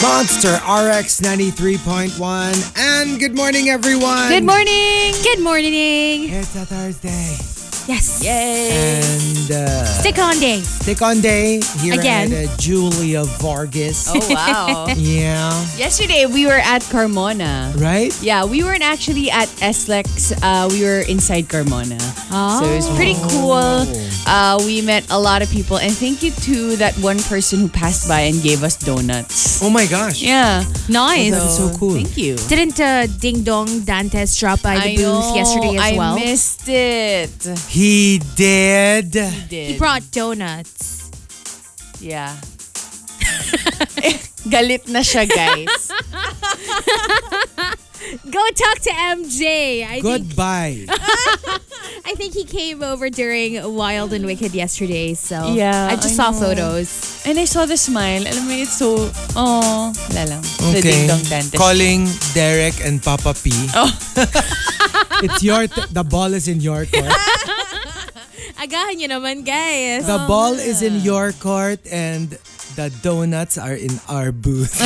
Monster RX 93.1. And good morning, everyone. Good morning! Good morning! It's a Thursday. Yes. Yay! And uh, Stick on day. stick on day here Again. at uh, Julia Vargas. Oh wow. Yeah. Yesterday we were at Carmona. Right? Yeah, we weren't actually at Eslex. Uh, we were inside Carmona. So it was pretty Oh. cool. Uh, we met a lot of people. And thank you to that one person who passed by and gave us donuts. Oh my gosh. Yeah. Nice. That is so cool. Thank you. Didn't uh, Ding Dong Dantes drop by the I booth know, yesterday as I well? missed it. He did. Did. He brought donuts. Yeah. Galit na siya, guys. Go talk to MJ. I think Goodbye. I think he came over during Wild and Wicked yesterday. So Yeah, I just I saw know. photos. And I saw the smile. Alam mo, it's so, oh, lalang. The Okay. ding-dong dentist. Calling Derek and Papa P. Oh. it's your t- the ball is in your court. Agahan nyo naman, guys. The ball is in your court and the donuts are in our booth.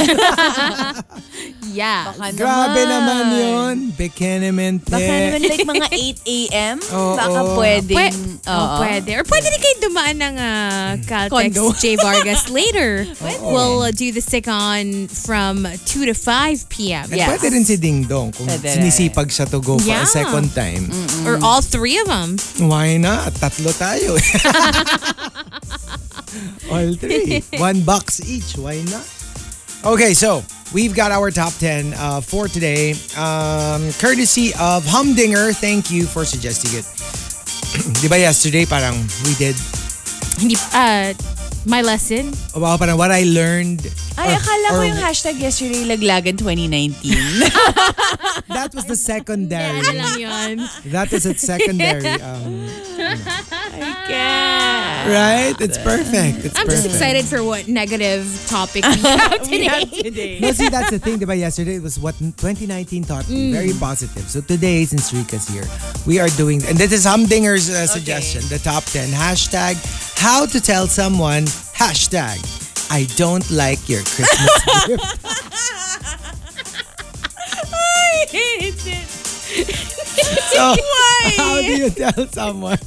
Yeah. Grabe naman yun. Bikinemente. Ano Baka naman like mga 8 a.m. baka Oo. pwedeng, Pwe- oo. oh, pwede. Or pwede rin kayo dumaan ng ah, Caltex Condo. Oh. J. Vargas later. We'll uh, do the stick-on from 2 to 5 p.m. At Yeah. Pwede rin si Ding Dong kung Pwede rin. Mm. sinisipag siya to go for a Yeah. second time. Or all three of them. Why not? Tatlo tayo. All three. One box each. Why not? Okay, so we've got our top 10 uh, for today. Um, courtesy of Humdinger, thank you for suggesting it. Di ba yesterday parang we did, Hindi, uh, my lesson. wow, parang what I learned. Ay, or- akala ko or yung hashtag yesterday laglagan 2019. That was the Yeah, secondary. ano lang yun. That is at secondary. Um, yeah. right? It's perfect. It's I'm perfect. just excited for what negative topic we have today. No, see, that's the thing. Diba? Yesterday it was what 2019 taught me. Very Mm. positive. So today, since Rika's here, we are doing, and this is Humdinger's uh, suggestion, the top 10 hashtag, how to tell someone, hashtag, I don't like your Christmas gift. So, Oh, how do you tell someone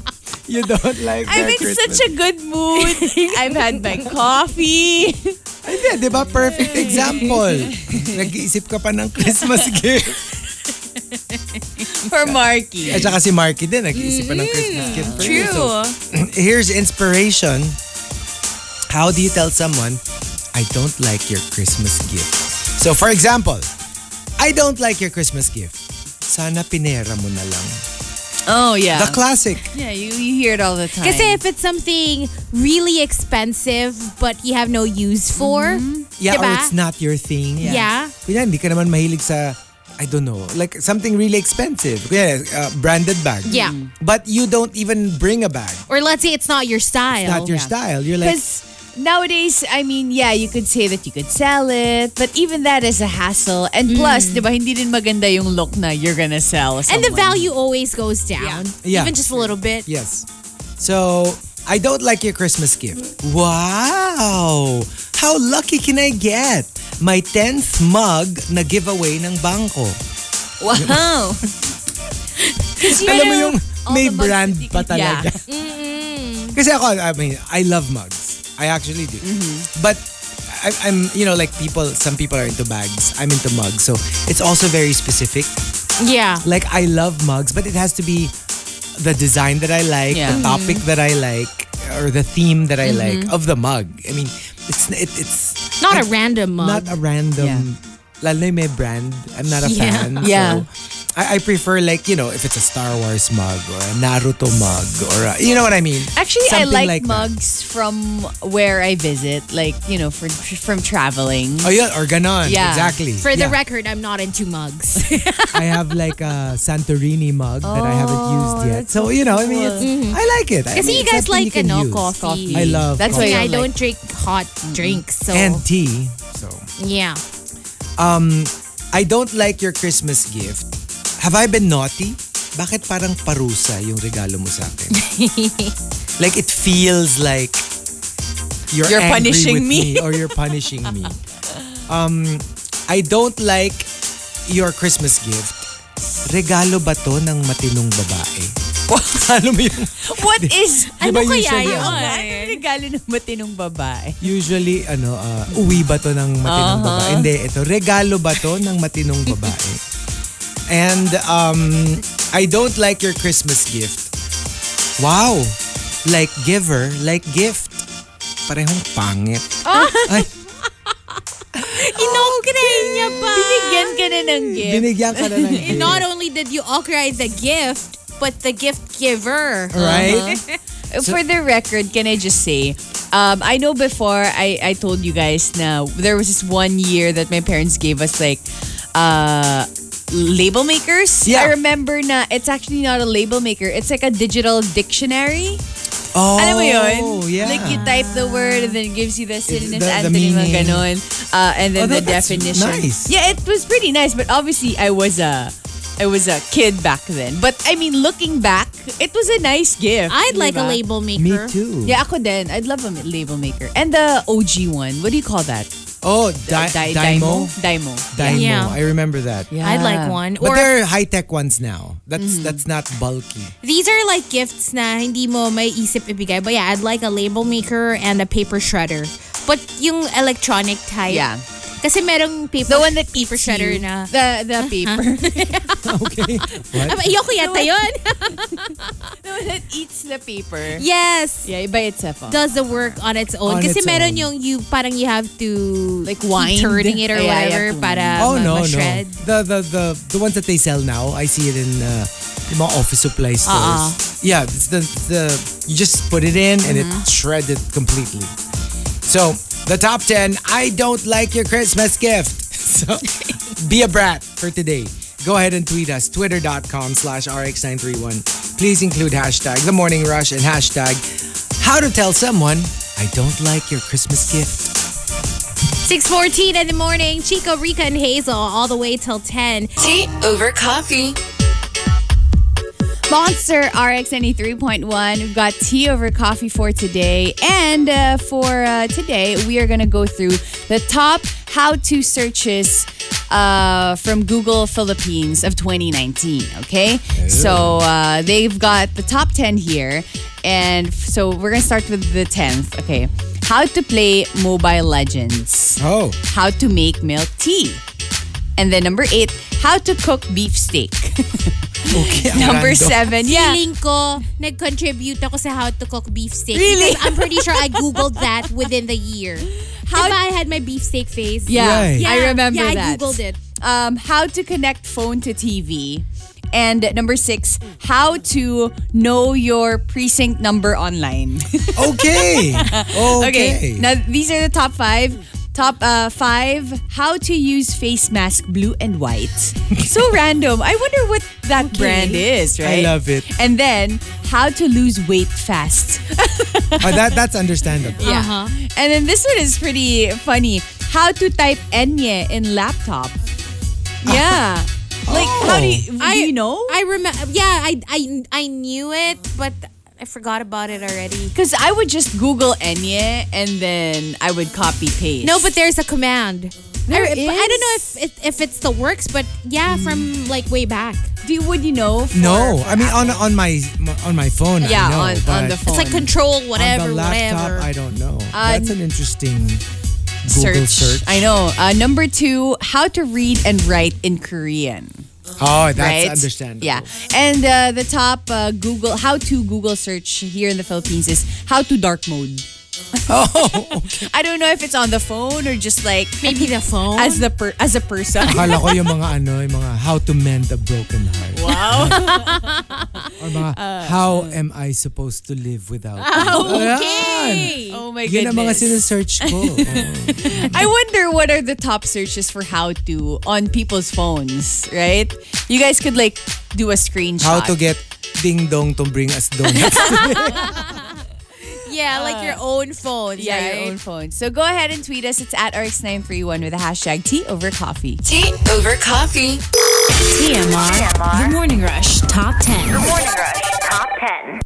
you don't like their I'm in Christmas such a good mood. I've had my coffee. Hindi, di ba? Perfect example. Nag-iisip ka pa ng Christmas gift. For Marky. At saka si Marky din, nag-iisip pa ng Christmas Mm-hmm. gift. for you. So, True. here's inspiration. How do you tell someone, I don't like your Christmas gift? So for example, I don't like your Christmas gift. Sana pinera mo na lang. Oh, yeah. The Ah. classic. yeah, you, you hear it all the time. Kasi if it's something really expensive but you have no use for, Yeah, or diba? it's not your thing. Yeah. Kunya, hindi ka naman mahilig sa, I don't know, like something really expensive. Kunya, uh, branded bag. Yeah. But you don't even bring a bag. Or let's say it's not your style. Not your style. You're like, Because nowadays, I mean, yeah, you could say that you could sell it, but even that is a hassle. And plus, di ba, hindi din maganda yung look na you're gonna sell and someone. the value always goes down. Yeah. Even just a little bit. Yes. So, I don't like your Christmas gift. Wow! How lucky can I get? My 10th mug na giveaway ng bangko. Wow. Alam mo yung may all the mugs brand that you pa can- yeah. talaga. Kasi ako, I mean, I love mugs. I actually do. Mm-hmm. But I, I'm, you know, like people, some people are into bags. I'm into mugs. So, it's also very specific. Yeah. Like, I love mugs, but it has to be the design that I like, the Yeah. topic that I like, or the theme that I like of the mug. I mean, it's it, it's Not a random mug. not a random. Yeah. Lalo na yung may brand. I'm not a Yeah. fan. So Yeah. I, I prefer like, you know, if it's a Star Wars mug or a Naruto mug or a, you know what I mean? Actually, Something I like, like that. mugs from where I visit, like you know, for, from traveling. Oh yeah, or ganon. Yeah. Exactly. For the Yeah. record, I'm not into mugs. I have like a Santorini mug that I haven't used yet. So, you know, I mean, it's, I like it. I Kasi mean, you it's guys something you like can ano, use. coffee. I love That's coffee. I why I don't don't drink hot drinks, so And tea. So. yeah. I don't like your Christmas gift. Have I been naughty? Bakit parang parusa yung regalo mo sa akin? like it feels like you're, You're angry punishing with me. or you're punishing me. um, I don't like your Christmas gift. Regalo ba to ng matinong babae? Alam mo yung, What is... Di ba Ano kaya usually, yun? ano, Ay. Anong regalo ng matinong babae? usually, ano, ah, uwi ba to ng matinong Uh-huh. babae? Hindi, ito, regalo ba to ng matinong babae? And um, I don't like your Christmas gift. Wow! Like giver, like gift. Parehong pangit. Ah! Ay, Inokray niya pa. Binigyan ka na ng gift. binigyan ka na ng gift. Not only did you okray the gift, but the gift giver. Uh-huh. Right? For the record, can I just say, um, I know before I, I told you guys na there was this one year that my parents gave us like uh, label makers. Yeah. I remember na it's actually not a label maker. It's like a digital dictionary. Oh, Alam mo yun? Yeah. Like you type the word and then it gives you the synonyms, the- the antonym, mga meaning. ganon. Uh, and then Although the that's definition. nice. Yeah, it was pretty nice. But obviously, I was a... I was a kid back then. But I mean, looking back, it was a nice gift. I'd like a diba? label maker. Me too. Yeah, ako din. I'd love a ma- label maker. And the OG one. What do you call that? Uh, Oh, di- Di- Dymo? Dymo. Dymo. Yeah. I remember that. Yeah. I'd like one. But Or Mm-hmm. there are high-tech ones now. That's that's not bulky. these are like gifts na hindi mo may isip ibigay. But yeah, I'd like a label maker and a paper shredder. But yung electronic type. Yeah. Kasi merong paper, The one that paper eats shredder you. na. Uh-huh. The, the paper. Okay. Aba, What? ayoko yata yun. the one that eats the paper. yes. Yeah, by itself. oh. does the work on its own. On Kasi its meron own. yung you parang you have to Like keep wind? turning it or Yeah, you whatever have to para Oh ma- no, no. ma-shred. The the the the ones that they sell now, I see it in uh, yung mga office supply stores. Uh-uh. Yeah, it's the the you just put it in and Mm-hmm. it shredded completely. So the top ten. I don't like your Christmas gift. So be a brat for today. Go ahead and tweet us, twitter.com slash rx931. Please include hashtag the morning rush and hashtag how to tell someone I don't like your Christmas gift. 6.14 in the morning, Chico, Rika, and Hazel all the way till 10. Tea over coffee. Monster RX 93.1. We've got tea over coffee for today. And uh, for uh, today, we are going to go through the top how to searches uh, from Google Philippines of 2019. Okay. So uh, they've got the top 10 here. And f- so we're going to start with the 10th. Okay. How to play Mobile Legends, Oh. how to make milk tea. And then number eight, how to cook beef steak. Okay. ang number random. seven, yeah. Feeling ko, nag-contribute ako sa how to cook beef steak. Really? Because I'm pretty sure I googled that within the year. How How- diba I had my beef steak face? Yeah, Right. I remember yeah, I that. googled it. Um, how to connect phone to TV. And number six, how to know your precinct number online. Okay. Okay. Now these are the top five. Top uh, five, how to use face mask blue and white. so random. I wonder what that brand is, right? love it. And then, how to lose weight fast. Oh, that that's understandable. Yeah. Uh-huh. And then this one is pretty funny. How to type enye in laptop. Ah. Yeah. Like how do Oh. you, do I- you know? I remember, yeah, I, I, I knew it, but I forgot about it already. Because I would just Google enye and then I would copy paste. No, but there's a command. There I, but I is? don't know if it, if it's the works, but yeah, from like way back. do you, would you know? for- No, for I mean on Apple? on my on my phone. yeah I know, on, but on the phone. Um, It's like control whatever, on the laptop, whatever. I don't know. That's an interesting Google search. I know. Uh, number two, how to read and write in Korean. Oh, that's right? understandable. Yeah. And uh, the top uh, Google, how to Google search here in the Philippines is how to dark mode. Oh, I don't know if it's on the phone or just like Maybe the phone. as the per- as a person. akala ko yung mga ano, yung mga how to mend a broken heart. Wow. Or mga how am I supposed to live without you? okay. oh Ah, my Yan ang mga sinesearch ko. Oh. Oo. I wonder what are the top searches for how to on people's phones, right? You guys could like do a screenshot. How to get ding dong to bring us donuts. Yeah, like your Uh, own phone. yeah, right? your own phone. So go ahead and tweet us. It's at RX931 with the hashtag tea over coffee. Tea over coffee. E TMR. E The Morning Rush Top 10. Morning Rush Top 10.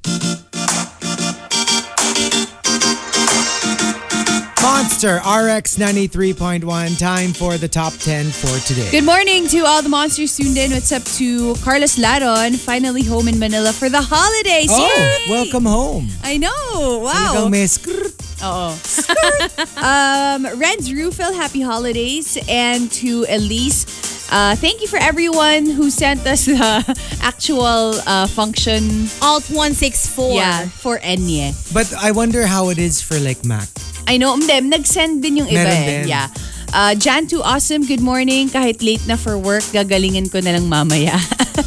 Monster RX 93.1. Time for the top 10 for today. Good morning to all the monsters tuned in. What's up to Carlos Laron, finally home in Manila for the holidays. Oh, Yay! welcome home. I Ikaw know. Wow. may skrrt. Oo. um, Renz Rufil, happy holidays. And to Elise, uh, thank you for everyone who sent us the actual uh, function Alt 164. yeah, for Enye. But I wonder how it is for like Mac. I know, mdem, nag-send din yung iba Meron eh. din. Yeah. Uh, Jan to Awesome, good morning. Kahit late na for work, gagalingin ko na lang mamaya.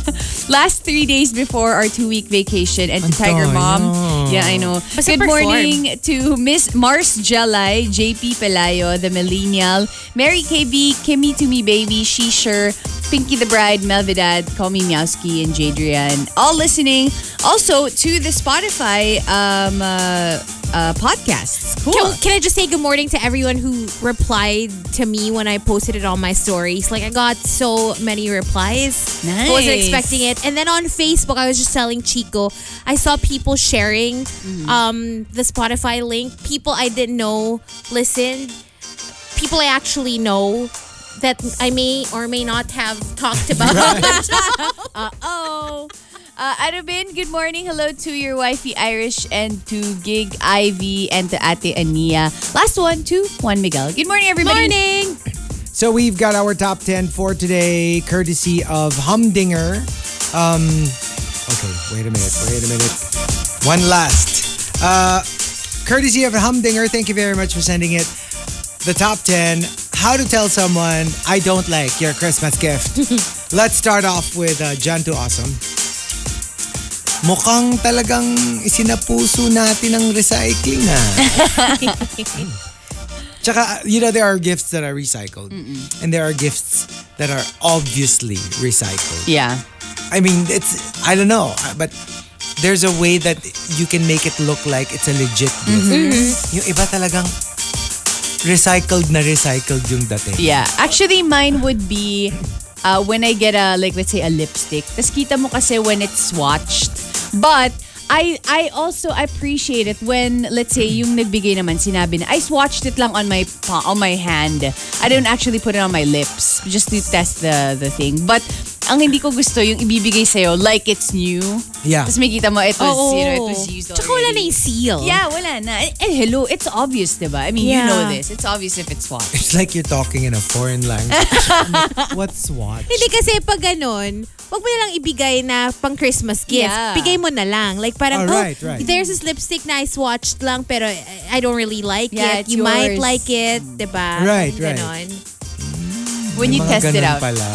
Last three days before our two-week vacation and to Ang Tiger tayo. Mom. Yeah, I know. Basta good perform. morning to Miss Mars Jelay, JP Pelayo, the millennial, Mary KB, Kimmy to me baby, She Sure, Pinky the Bride, Melvidad, Call Me Meowski, and Jadrian. All listening also to the Spotify um, uh, uh, podcasts. Cool. Can, can I just say good morning to everyone who replied to me when I posted it on my stories? Like, I got so many replies. I wasn't Nice. expecting it. And then on Facebook, I was just telling Chico, I saw people sharing Mm-hmm. um, the Spotify link. People I didn't know listened. People I actually know that I may or may not have talked about. Oh. Uh, ano bin, good morning. Hello to your wifey Irish and to Gig Ivy and to Ate Ania. Last one to Juan Miguel. Good morning, everybody. Morning! So we've got our top 10 for today, courtesy of Humdinger. Um, okay, wait a minute, wait a minute. One last. Uh, courtesy of Humdinger, thank you very much for sending it. The top 10 How to Tell Someone I Don't Like Your Christmas Gift. Let's start off with uh, John to Awesome. Mukhang talagang isinapuso natin ang recycling ha. Tsaka, you know, there are gifts that are recycled. And there are gifts that are obviously recycled. Yeah. I mean, it's, I don't know, uh, but there's a way that you can make it look like it's a legit Mm-hmm. gift. Yung iba talagang recycled na recycled yung dating. Yeah. Actually, mine would be uh, when I get a, like, let's say a lipstick. Tapos kita mo kasi when it's swatched. But, I I also appreciate it when let's say yung nagbigay naman sinabi na I swatched it lang on my pa- on my hand. I don't actually put it on my lips just to test the the thing. But ang hindi ko gusto yung ibibigay sa'yo like it's new. Yeah. Tapos makita mo it was, Oo. you know, it was used Ah. Oh. Tsaka wala na already. yung seal. Yeah, wala na. Eh, eh, hello, it's obvious, diba? I mean, you Yeah. know this. It's obvious if it's swatched. It's like you're talking in a foreign language. What's what? Hindi kasi pag ganun, wag mo na lang ibigay na pang Christmas gift. Yeah. Bigay mo na lang. Like Oh, parang, right, oh, right. there's this lipstick na I swatched lang pero I- I don't really like Yeah, it. it's You might yours. like it, 'di ba? Right, right. Ganon. When you Mga test it ganun out. Pala.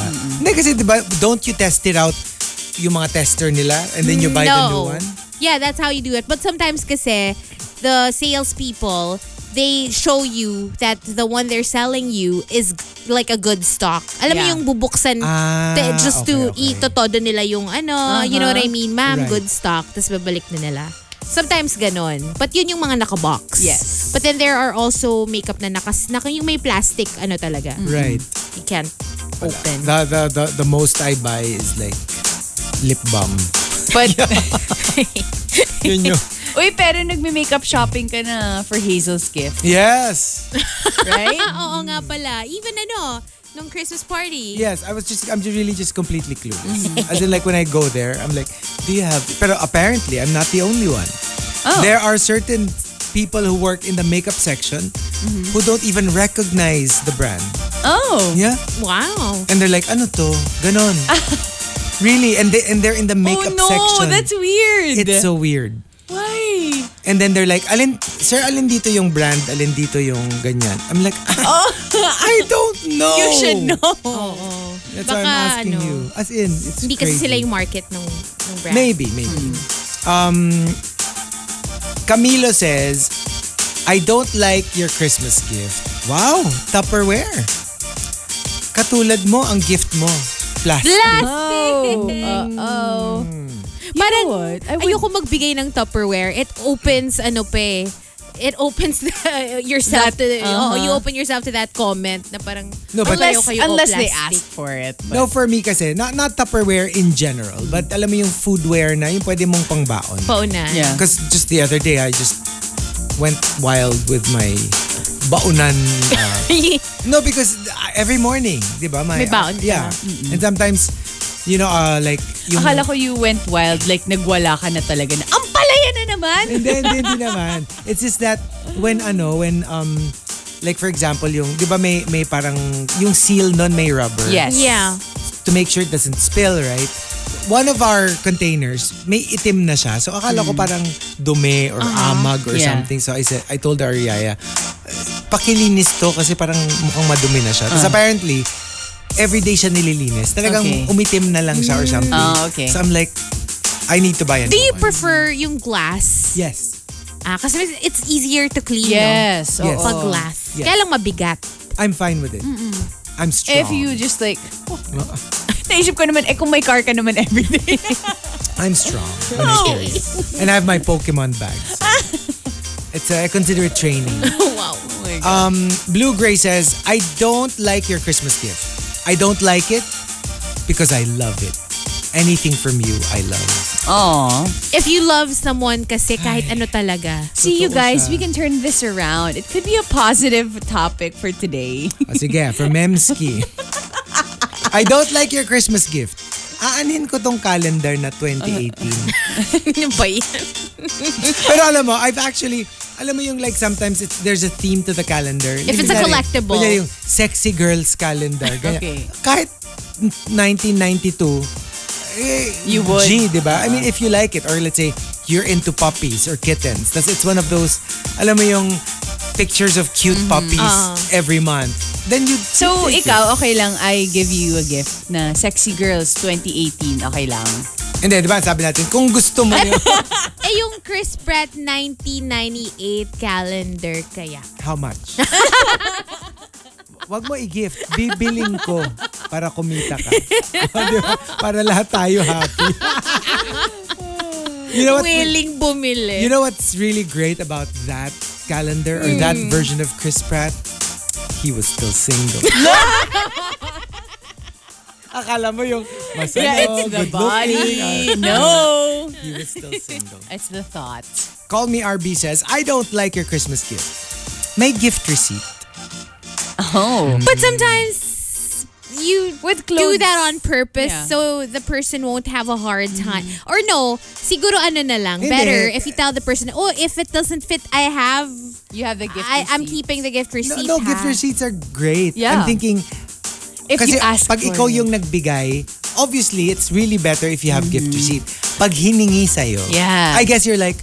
Hindi kasi diba, don't you test it out yung mga tester nila and then you buy the new one? Yeah, that's how you do it. But sometimes kasi the salespeople, they show you that the one they're selling you is like a good stock. Alam mo Yeah. yung bubuksan Ah, te- just to okay, okay. itotodo nila yung ano, you know what I mean? Right. Ma'am, good stock. Tapos babalik na nila. Sometimes ganon. But yun yung mga nakabox. Yes. But then there are also makeup na nakas... Naka, yung may plastic ano talaga. Mm. Right. You can't open. The, the, the, the most I buy is like lip balm. But, Yun yung, uy, pero nagme-makeup shopping ka na for Hazel's gift, yes. right? Ah, Oo nga pala. Even ano, nung Christmas party. Yes, I was just, I'm ju- really just completely clueless. Mm-hmm. As in like when I go there, I'm like, do you have, pero apparently I'm not the only one. Oh. There are certain people who work in the makeup section Mm-hmm. who don't even recognize the brand. oh. Yeah. Wow. And they're like, ano to? Ganon. really? And, they, and they're in the Oh makeup no, section. that's weird. It's so weird. Why? And then they're like, alin, sir, alin dito yung brand, alin dito yung ganyan. I'm like, I don't know. Oh. You should know. Oh. That's why I'm Baka asking ano. you. As in, it's Hindi kasi crazy. sila yung market ng, ng brand. Maybe, maybe. Um, Camilo says, I don't like your Christmas gift. Wow, Tupperware. Katulad mo, ang gift mo. Plastic. Oh, oh. Parang, what? I would- ayoko magbigay ng Tupperware. It opens, ano pa eh, it opens the, yourself to, uh-huh. oh, you open yourself to that comment na parang, No, but- pareho Unless, kayo o unless they plastic. ask for it. No, for me kasi, not, not Tupperware in general, but alam mo yung foodware na, yung pwede mong pangbaon. Pauna. Yeah. Because just the other day, I just went wild with my baunan. uh, no, because every morning, di ba? May, May baon ka. Yeah. And sometimes, you know, uh, like... Yung, Akala ko you went wild, like nagwala ka na talaga na, ang palaya na naman! Hindi, hindi, hindi naman. It's just that when ano, when um like for example yung 'di ba may may parang yung seal nun may rubber Yes. yeah. to make sure it doesn't spill, right? One of our containers, may itim na siya. So akala ko parang dumi or amag or Mm. Uh-huh. Yeah. something. So I said, I told our yaya, pakilinis to kasi parang mukhang madumi na siya. Tapos apparently, everyday siya nililinis. Talagang Uh-huh. Okay. umitim na lang siya or something. Ah, okay. So I'm like, I need to buy a Do new you one. prefer yung glass? Yes. Ah, kasi it's easier to clean. Yes. Oh. Yes. No? oo. Pag glass. Yes. Kaya lang mabigat. I'm fine with it. I'm strong. If you just like, oh. naisip ko naman, eh kung may car ka naman everyday. I'm strong. when I carry it. and I have my Pokemon bags. It's uh, I consider it training. wow. Oh Um, Blue Gray says, I don't like your Christmas gift. I don't like it because I love it. Anything from you, I love. Aww. If you love someone kasi kahit ano talaga. See you Totoo guys, siya. we can turn this around. It could be a positive topic for today. Ah, sige, from Memski. I don't like your Christmas gift. Aanin ko tong calendar na 2018. Ano ba yan? Pero alam mo, I've actually, alam mo yung like sometimes it's, there's a theme to the calendar. If it's a Kunyari- collectible. kunyari yung sexy girls calendar. Ganyan. Okay. Kahit 1992, eh, You would. G, di ba? I mean, if you like it, or let's say, you're into puppies or kittens. Tapos it's one of those, alam mo yung pictures of cute puppies every month. Then you Mm-hmm. Uh-huh. So, ikaw, okay lang, I give you a gift na Sexy Girls 2018, okay lang. Hindi, di ba? Sabi natin, kung gusto mo yun, Eh, yung Chris Pratt 1998 calendar kaya. how much? Wag mo i-gift. Bibiling ko para kumita ka. Oh, Di ba? para lahat tayo happy. you know what? Willing bumili. You know what's really great about that calendar or that Hmm. version of Chris Pratt? He was still single. Akala mo yung masaya, Oh, good looking. no! He was still single. It's the thought. Call me RB says, I don't like your Christmas gift. My gift receipt. Oh. But sometimes you With do clothes. that on purpose Yeah. Mm-hmm. so the person won't have a hard time. Or no, siguro ano na lang. Hindi. Better if you tell the person, oh, if it doesn't fit, I have, You have the gift I, I'm receipt. keeping the gift receipt. No, no, gift ha? receipts are great. Yeah. I'm thinking, If kasi you ask pag ikaw for it. yung nagbigay, obviously, it's really better if you have gift receipt. Pag hiningi sa'yo, Hmm. Yeah. I guess you're like,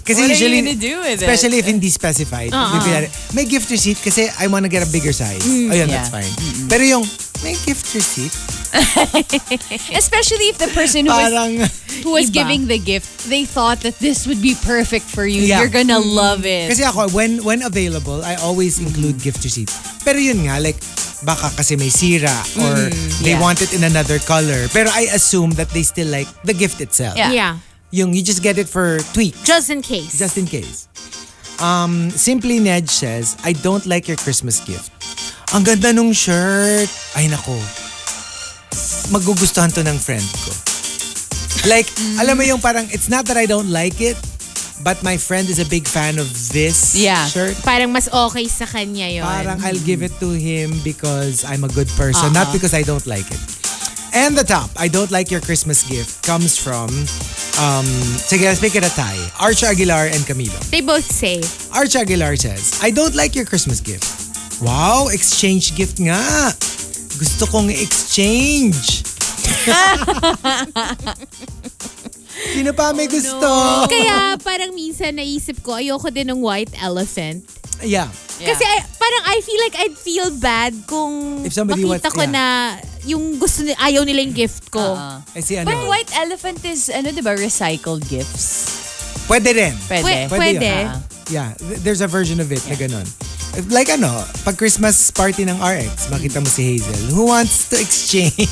kasi What are you usually, gonna do with it? especially if hindi specified, yung Uh-huh. kunyari, may gift receipt kasi I wanna get a bigger size. Ayun, Mm, Yeah. that's fine. Pero yung, may gift receipt, Especially if the person who was, parang, who was Iba. giving the gift, they thought that this would be perfect for you. Yeah. You're gonna love it. kasi ako, when, when available, I always include gift receipt. Pero yun nga, like, baka kasi may sira or they Yeah. want it in another color. Pero I assume that they still like the gift itself. Yeah. Yeah. Yung you just get it for tweak, Just in case. just in case. Um, Simply Ned says, I don't like your Christmas gift. Ang ganda nung shirt. Ay nako. Magugustuhan to ng friend ko. Like, alam mo yung parang, it's not that I don't like it, but my friend is a big fan of this Yeah. shirt. Parang mas okay sa kanya yon. Parang I'll give it to him because I'm a good person, not because I don't like it. And the top, I don't like your Christmas gift, comes from, um, sige, let's make it a tie. Arch Aguilar and Camilo. They both say, Arch Aguilar says, I don't like your Christmas gift. Wow, exchange gift nga. Gusto kong exchange. Sino pa may gusto? Kaya parang minsan naisip ko, ayoko din ng white elephant. Yeah. Kasi I- parang I feel like I'd feel bad kung If somebody makita wants- ko yeah. na yung gusto ni, ayaw nila yung gift ko. Uh-uh. Eh si ano? But white elephant is, ano diba, recycled gifts. Pwede rin. Pwe- Pwede. Pwede pwede. ah. yun. Yeah, th- there's a version of it na ganun. Like ano, pag Christmas party ng RX, makita mo si Hazel, who wants to exchange?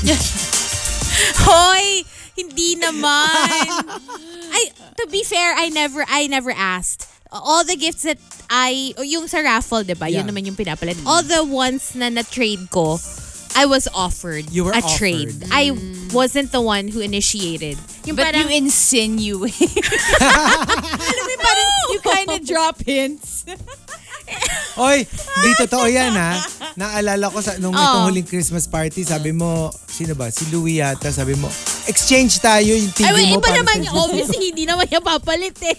Hoy! Hindi naman. I, to be fair, I never, I never asked. All the gifts that I, o yung sa raffle, di ba? Yeah. Yun naman yung pinapalit. All the ones na na-trade ko, I was offered You were a offered. trade. I wasn't the one who initiated. Yung But parang, you "Oh!" insinuate. Alam mo, parang you kind of drop hints. Oy, di totoo yan ha. Naalala ko sa nung itong Oo. huling Christmas party, sabi mo, sino ba? Si Louie yata, sabi mo, exchange tayo yung TV Ay, wait, mo. iba para naman, sa- obviously, hindi naman niya papalit eh.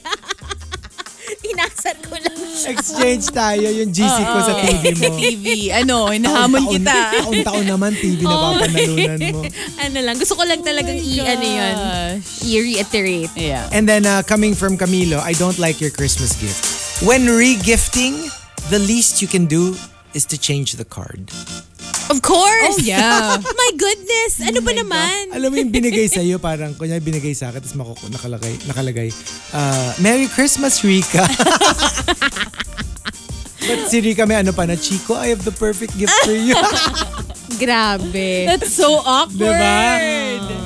Inasan ko lang siya. Exchange tayo yung GC ko sa TV mo. TV. Ano, inahamon Taon-taon- kita. Taon-taon naman TV na papanalunan mo. ano lang, gusto ko lang talagang i, ano yun, i-reiterate. Yeah. And then uh, coming from Camilo, I don't like your Christmas gift. When regifting, the least you can do is to change the card. Of course! Oh, Oh yeah. My goodness! Ano ba naman? Alam mo yung binigay sa'yo, parang kunya binigay sa akin, tapos makuku nakalagay, nakalagay, uh, Merry Christmas, Rika. But si Rika may ano pa na, Chico, I have the perfect gift for you. Grabe. That's so awkward. diba? Ayan.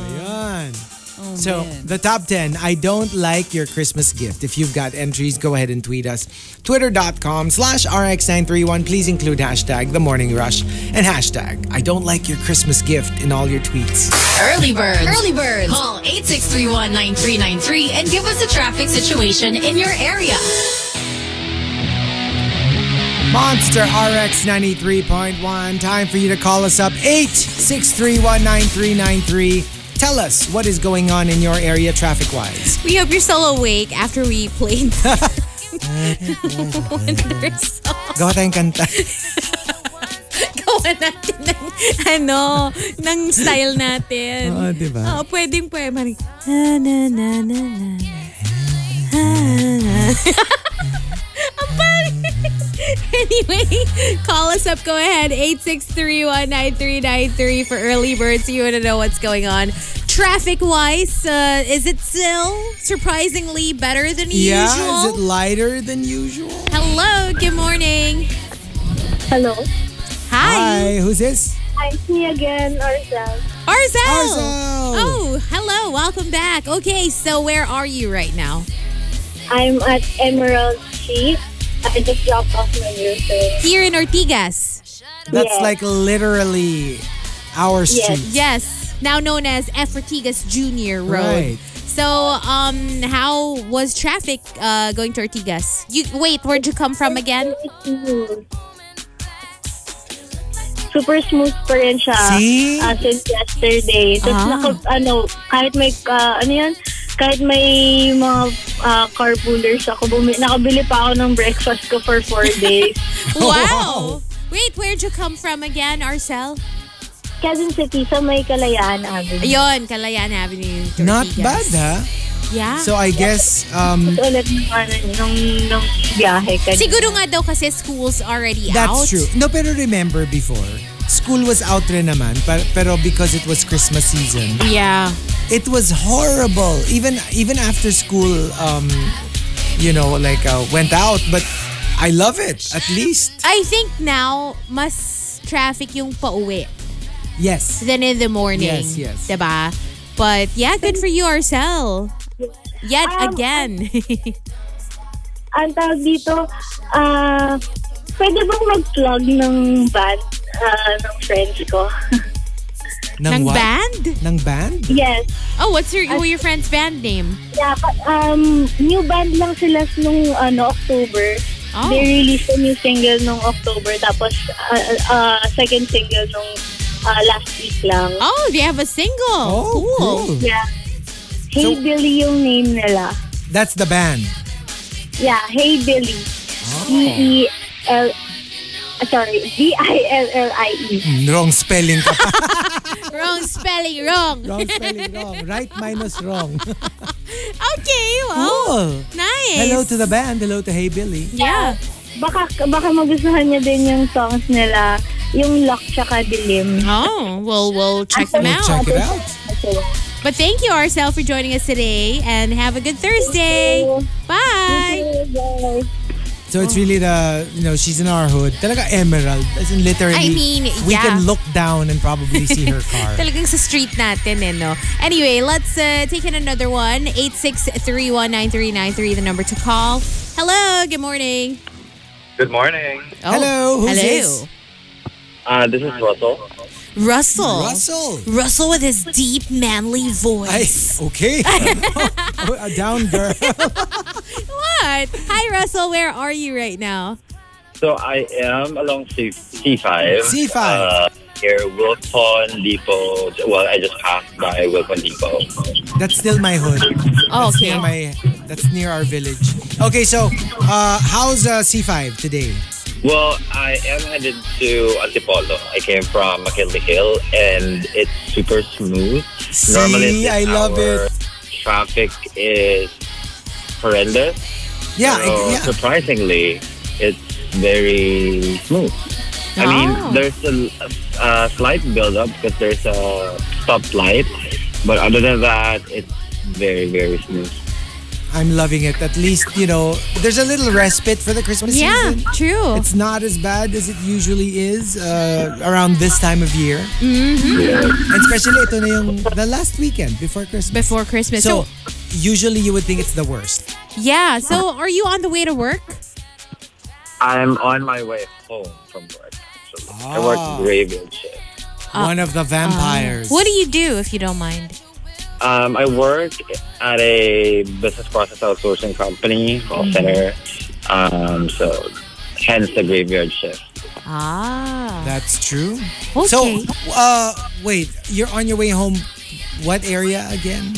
So, man. the top 10, I don't like your Christmas gift. If you've got entries, go ahead and tweet us. Twitter.com slash RX931. Please include hashtag The Morning Rush and hashtag I don't like your Christmas gift in all your tweets. Early birds. Early birds. Call 8631-9393 and give us a traffic situation in your area. Monster RX 93.1. Time for you to call us up 863-19393. Tell us what is going on in your area traffic wise. We hope you're still awake after we played Wonder Song. Gawa tayong kanta. Gawa natin ng, ano, ng style natin. Oo, di ba? Oo, pwedeng Ah, pwede. Maring, na na na na na na. Ang pangit. Anyway, call us up. Go ahead. 863-19393 for early birds. You want to know what's going on. Traffic-wise, uh, is it still surprisingly better than Yeah, is it usual? lighter than usual? Hello, good morning. Hello. Hi. Hi, who's this? Hi, it's me again, Arzel. Arzel. Arzel. Oh, hello. Welcome back. Okay, so where are you right now? I'm at Emerald Street. I just dropped off my newsroom. Here in Ortigas. That's Yes. like literally our street. Yes, now known as Efratigas Junior Road. Right. So, um, how was traffic uh, going to Ortigas? You wait, where'd you come from again? Smooth. Super smooth pa rin siya. See? Uh, since yesterday. Tapos Ah. naka- ano, kahit may, ah, ano yan, kahit may mga ah, carpoolers ako, bumi- nakabili pa ako ng breakfast ko for four days. Wow. Oh, Wow. Wait, where'd you come from again, Arcel? Quezon City, sa may Kalayaan Avenue. Ayun, Kalayaan Avenue. to Not bad, Ortigas. huh? Yeah. So I guess um Ulit ng, ano, nung, nung biyahe kanina. Siguro nga daw kasi schools already out. that's true. No, pero remember before, school was out rin naman, pa- pero because it was Christmas season, Yeah. it was horrible even even after school um you know like uh, went out but i love it at least I think now, mas traffic yung pauwi yes than in the morning. Yes, yes. Diba? But yeah, good for you, Arcel. Yet Um, again. ang tawag dito, ah, pwede bang mag-vlog ng band ah, ng friends ko? ng what? band? ng band yes. Oh, what's your who your friend's band name? Yeah, pa- um, new band lang sila nung ano, October. Oh. They released a new single nung October, tapos ah, ah, second single nung ah, last week lang. Oh, they have a oh single. cool. Yeah. Hey So- Billy yung name nila. that's the band Yeah, Hey Billy. Oh. Mm-hmm. B-E-L... ah, sorry, B-I-L-L-I-E. Oh, wrong spelling ka pa. Wrong spelling, wrong. wrong spelling wrong right minus wrong Okay, well, cool nice. hello to the band hello to hey billy Yeah. baka baka magustuhan niya din yung songs nila, yung Lock tsaka Dilim. Oh, well, we'll check them We'll out. check it out But thank you, Arcel, for joining us today and have a good Thursday. you. Bye. so it's really the you know she's in our hood talaga emerald as in literally I mean, we yeah. can look down and probably see her car Talagang sa street natin eh, no? Anyway, let's uh, take in another one. 863-19393, the number to call. Hello, good morning. Good morning. Oh, Hello, who's hello. Uh, this is Russell. Russell. russell Russell with his deep, manly Ay, voice. okay. Oh, down girl. What? Hi, Russell. Where are you right now? So I am along C- C5. C5. Uh, near Wilton Depot. Well, I just passed by Wilton Depot. That's still my hood. Oh, That's okay. Near my, that's near our village. Okay, so uh, how's uh, C5 today? Well, I am headed to Antipolo. I came from McKinley Hill and it's super smooth. See, Normally, at I this love hour, it. Traffic is horrendous. Yeah, So, I- yeah. surprisingly, it's very smooth. I mean, there's a, a slight buildup because there's a stoplight, but other than that, it's very, very smooth. I'm loving it. At least, you know, there's a little respite for the Christmas Yeah, season. true. It's not as bad as it usually is uh, around this time of year. Mm-hmm. And especially ito na yung the last weekend before Christmas. before Christmas. So, So, usually you would think it's the worst. yeah. So are you on the way to work? I'm on my way home from work. Actually. I Ah. work graveyard shift. One of the vampires. Uh, What do you do if you don't mind? Um, I work at a business process outsourcing company call Mm-hmm. center. Um, so, hence the graveyard shift. Ah. That's true. Okay. So, uh, wait, you're on your way home. What area again?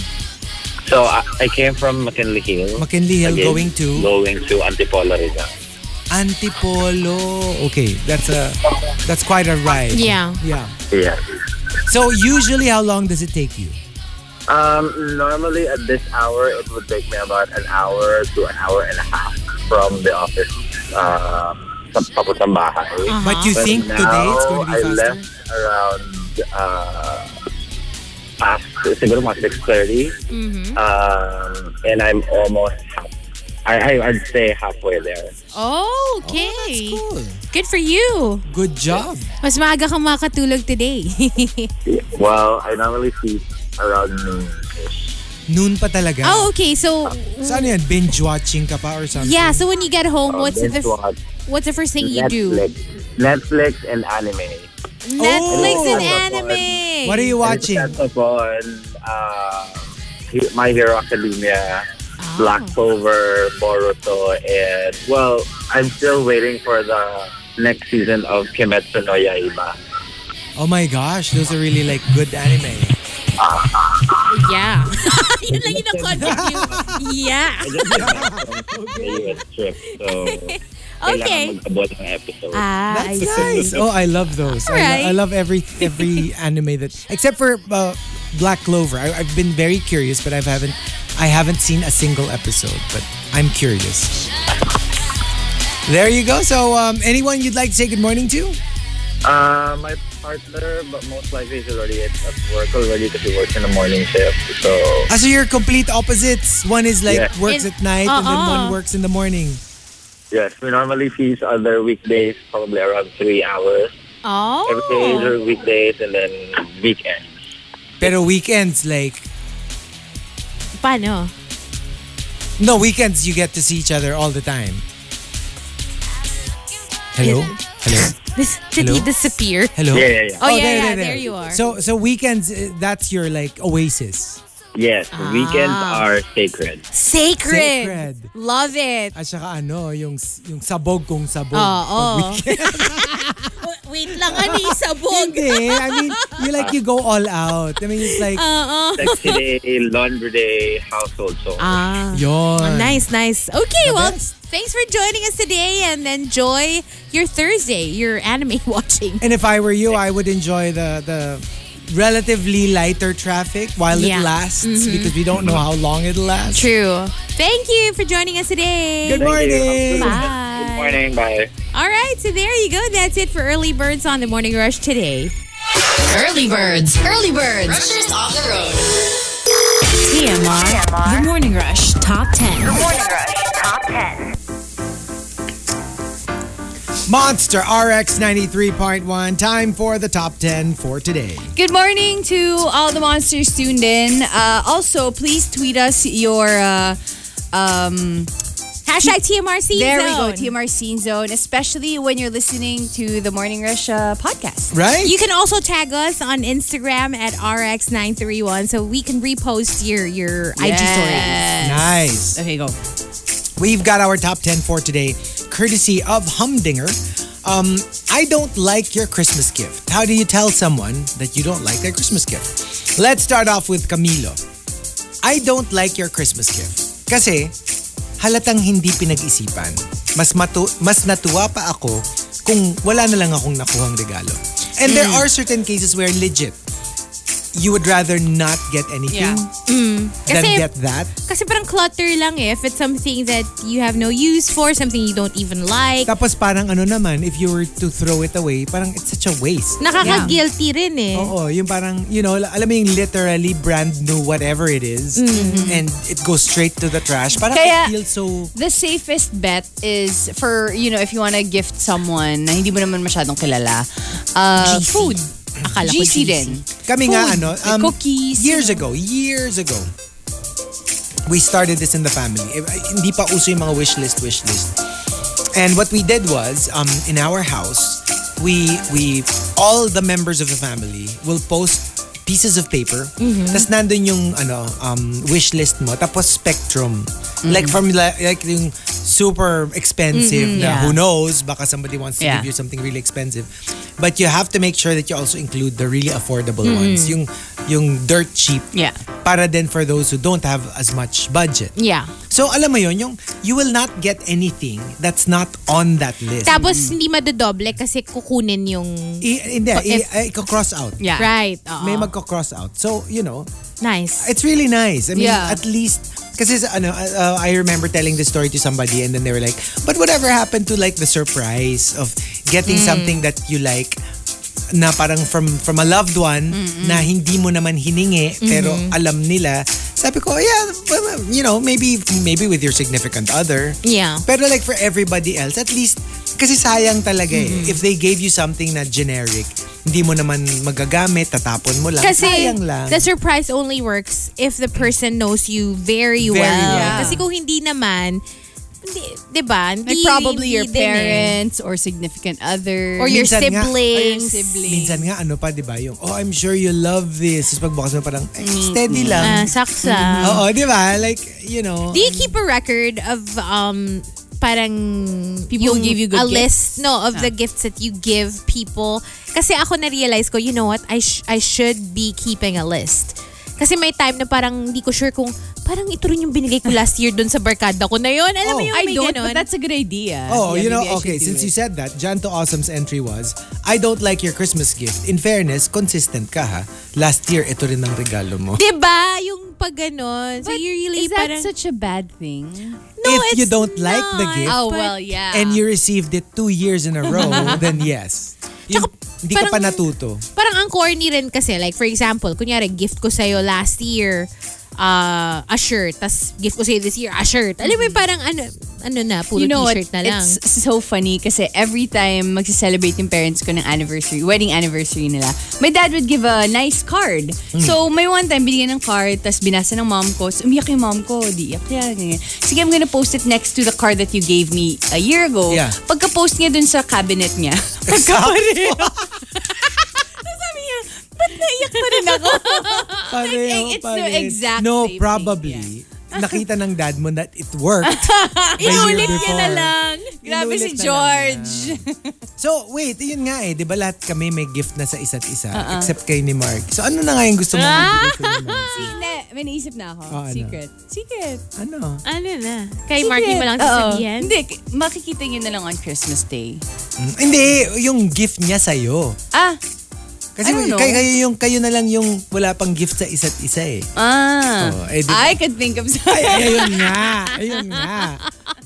So I, I came from McKinley Hill. McKinley Hill Again, going to going to Antipolo Rizal. Antipolo. Okay, that's a that's quite a ride. yeah. Yeah. Yeah. So usually how long does it take you? Um, normally at this hour, it would take me about an hour to an hour and a half from the office. Um, sa- papuntang bahay. Uh-huh. But Ah, you But think now, today it's going to be I faster? left around uh, past siguro mga six thirty, Mm-hmm. um, and I'm almost. I, I I'd say halfway there. Okay. Oh, Cool. Good for you. Good job. Mas maaga kang makatulog today. Well, I normally sleep around noon. Noon pa talaga. oh, okay. So, So ano yan? Binge watching ka pa or something? yeah. So when you get home, what's the Binge watch what's the first thing you do? Netflix. Netflix and anime. Netflix Oh. and Ano ba? anime. What are you watching? And it's upon uh, He- My Hero Academia, Ah. Black Clover, Boruto, and well, I'm still waiting for the next season of Kimetsu no Yaiba. Oh my gosh, those are really like good anime. Yeah. Yun lang yung na-contribute. Yeah. I just from the US trip, so Okay. kailangan mag-abot ng episode. Ah, I That's see. nice. Oh, I love those. I, Alright. lo- I love every every anime that except for uh, Black Clover. I, I've been very curious, but I haven't I haven't seen a single episode. But I'm curious. There you go. So, um, anyone you'd like to say good morning to? Uh, my partner, but most likely he's already at, at work already because he works in the morning shift. So Ah, so you're complete opposites. One is like Yeah. works In- at night, and then Uh-uh. one works in the morning. yes, we normally feast other weekdays probably around three hours. Every days Oh. or weekdays and then weekends. Pero weekends, like Paano? no weekends, you get to see each other all the time. Hello, hello, This, did he Hello? disappear? hello. Yeah, yeah, yeah. Oh, yeah, yeah, there you are. So, so weekends, uh, that's your like oasis. Yes, weekends are sacred. Sacred. Sacred. Love it. At saka ano, yung, yung sabog kung sabog. Oo. Pag weekend. Wait lang, ano yung sabog? Hindi, eh, I mean, you like, you go all out. I mean, it's like, Ah, Sexy day, laundry day, household soul. Ah. yon. Nice, nice. Okay, The well, best. thanks for joining us today and enjoy your Thursday, your anime watching. And if I were you, I would enjoy the, the relatively lighter traffic while Yeah. Mm-hmm. it lasts because we don't know how long it'll last. True. Thank you for joining us today. Good Thank morning. you. Bye. Good morning. Bye. All right, so there you go. That's it for Early Birds on the Morning Rush today. Early birds. Early birds. Rushers off the road. TMR, The Morning Rush Top 10. Monster RX 93.1, time for the top 10 for today. Good morning to all the monsters tuned in. Uh, also, please tweet us your. Uh, um, Hashtag TMR season. there we go, TMR Scene Zone, especially when you're listening to the Morning Rush uh, podcast. Right? You can also tag us on Instagram at RX931 so we can repost your, your IG stories. nice. Okay, go. We've got our top 10 for today. courtesy of Humdinger. Um, I don't like your Christmas gift. How do you tell someone that you don't like their Christmas gift? Let's start off with Camilo. I don't like your Christmas gift. Kasi halatang hindi pinag-isipan. Mas, matu- mas natuwa pa ako kung wala na lang akong nakuhang regalo. And there are certain cases where legit, you would rather not get anything Yeah. than Kasi- get that. Kasi parang clutter lang eh. If it's something that you have no use for, something you don't even like. Tapos parang ano naman, if you were to throw it away, parang it's such a waste. Nakaka-guilty rin eh. Oo, yung parang, you know, alam mo yung literally brand new whatever it is, and it goes straight to the trash. Parang Kaya- it feels so... The safest bet is for, you know, if you want to gift someone na hindi mo naman masyadong kilala, uh, GC. food. Akala ko GC. GC din. Kami nga, Food, ano, like cookies, years you ago, years ago, we started this in the family. Eh, Hindi pa uso yung mga wish list, wish list. And what we did was, um, in our house, we we all the members of the family will post pieces of paper. Mm-hmm. Tapos nandun yung ano, um, wish list mo. Tapos spectrum. Mm-hmm. Like from la- like yung super expensive na Yeah. who knows, baka somebody wants to Yeah. give you something really expensive. But you have to make sure that you also include the really affordable ones. Yung yung dirt cheap. Mm-hmm. Yeah. Para then for those who don't have as much budget. Yeah. So alam mo yon yung you will not get anything that's not on that list. Tapos hindi madodoble kasi kukunin yung... I, hindi, i, If- i, cross out. Yeah. Ah. Right. oo. May magko-cross out. So, you know, nice. it's really nice. I mean, Yeah. at least kasi sa- ano, uh, I remember telling this story to somebody and then they were like, "But whatever happened to like the surprise of getting something that you like na parang from from a loved one na hindi mo naman hiningi pero alam nila." Sabi ko, "Yeah, well, you know, maybe maybe with your significant other." Yeah. Pero like for everybody else, at least kasi sayang talaga eh. If they gave you something na generic, hindi mo naman magagamit, tatapon mo lang. Kasi sayang lang. the surprise only works if the person knows you very, Very well. well. Kasi kung hindi naman, hindi, di ba? Like Hindi, probably your hindi din eh. parents or significant other. Or your Minsan nga- siblings. Minsan nga ano pa, di ba? Yung, oh, I'm sure you love this. Tapos pagbukas mo parang, eh, steady Ah, lang. saksa. Oo, di ba? Like, you know. Do you keep a record of um parang People who give you a good gifts? Ah. list no of the gifts that you give people kasi ako na realize ko you know what I sh- I should be keeping a list kasi may time na parang hindi ko sure kung parang ito rin yung binigay ko last year doon sa barkada ko na yun alam mo Oh. yung I may don't, ganun. but that's a good idea. Oh, Yeah, you know, maybe I okay, should do since you it. said that, Jan to Awesome's entry was, I don't like your Christmas gift. In fairness, consistent ka ha. Last year, ito rin ang regalo mo. Diba? Yung pag ganun. So But you really is that parang... such a bad thing? no, If you it's don't like the not, gift, Oh, but- well, yeah. And you received it two years in a row, then yes. Yung- Hindi ka pa parang- natuto. Parang ang corny rin kasi. Like, for example, kunyari, gift ko sa'yo last year, uh, a shirt. Tapos, gift ko sa'yo this year, a shirt. Alam mo, yung parang ano, ano na, puro you know what? t-shirt na lang. It's so funny kasi every time magse-celebrate yung parents ko ng anniversary, wedding anniversary nila, my dad would give a nice card. Mm. So, may one time, binigyan ng card, tapos binasa ng mom ko. So, umiyak yung mom ko. Di iyak niya. ganyan. Sige, I'm gonna post it next to the card that you gave me a year ago. Yeah. Pagka-post niya dun sa cabinet niya. Pagka-pareho. Tapos sabi niya, ba't naiyak pa rin ako? Pareho eh, it's pa the rin. exact oh, No, same thing, probably. Nakita ng dad mo that it worked. the year Inulit ka na before. lang. Grabe si Inulit na lang George. So, wait, yun nga eh. Di ba lahat kami may gift na sa isa't isa? Uh-uh. Except kay ni Mark. So, ano na nga yung gusto Ah! mo magbigay kay ni Mark? Hindi, may naisip na ako. Oh, ano? Secret. Secret. Ano? Ano na? Ah, Kay Marky mo lang Oo. sasabihin? Hindi, k- makikita nyo na lang on Christmas Day. Hindi, yung gift niya sa'yo. Ah, Kasi I don't know. kayo, kayo, yung, kayo na lang yung wala pang gift sa isa't isa eh. ah. Oo, eh, di- I could think of Ay, something. ayun nga. Ayun nga.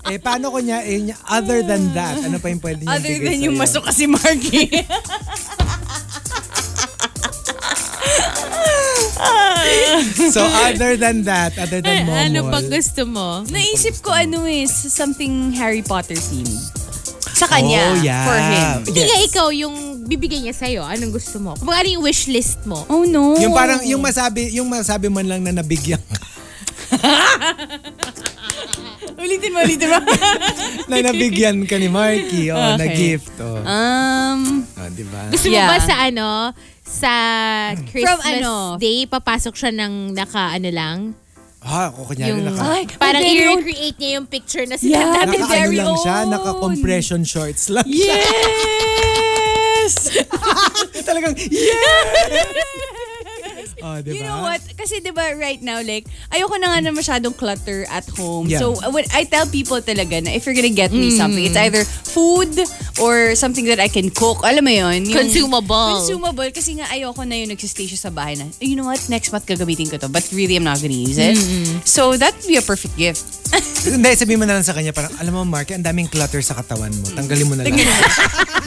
Eh, paano ko niya, ayun niya, other than that, ano pa yung pwede niya Other bigay than yung sa'yo? masok kasi Marky. So, other than that, other Eh, than momol. ano pang gusto mo? Naisip ko ano eh, s- something Harry Potter themed. Sa kanya. Oh, yeah. For him. Hindi nga Yes. ikaw yung bibigay niya sa'yo. Anong gusto mo? Kung ano yung wish list mo. Oh no. Yung parang, yung masabi, yung masabi man lang na nabigyan ka. Ulitin mo, ulitin mo. na nabigyan ka ni Marky. Oh, na gift. Oh. um, Ah, di ba? Gusto Yeah. mo ba sa ano? Sa Christmas ano? Day, papasok siya ng naka ano lang? Ha, ako kunyari Yung- naka... Ay, Parang my very own- i-recreate niya yung picture na si Yeah. Dada. natin Naka ano very lang siya, own. naka-compression shorts lang siya. Yes! Talagang, yeah! oh, diba? You know what? Kasi 'di ba right now like ayoko na nga na masyadong clutter at home. Yeah. So when I tell people talaga na if you're gonna get me something, it's either food or something that I can cook. Alam mo 'yon? Yung- Consumable. Consumable kasi nga ayoko na yung nagsistay siya sa bahay na. "Eh, You know what? Next month gagamitin ko to, but really I'm not gonna use it. So that would be a perfect gift. Hindi, sabihin mo na lang sa kanya, parang, alam mo, Mark, ang daming clutter sa katawan mo. Tanggalin mo na lang.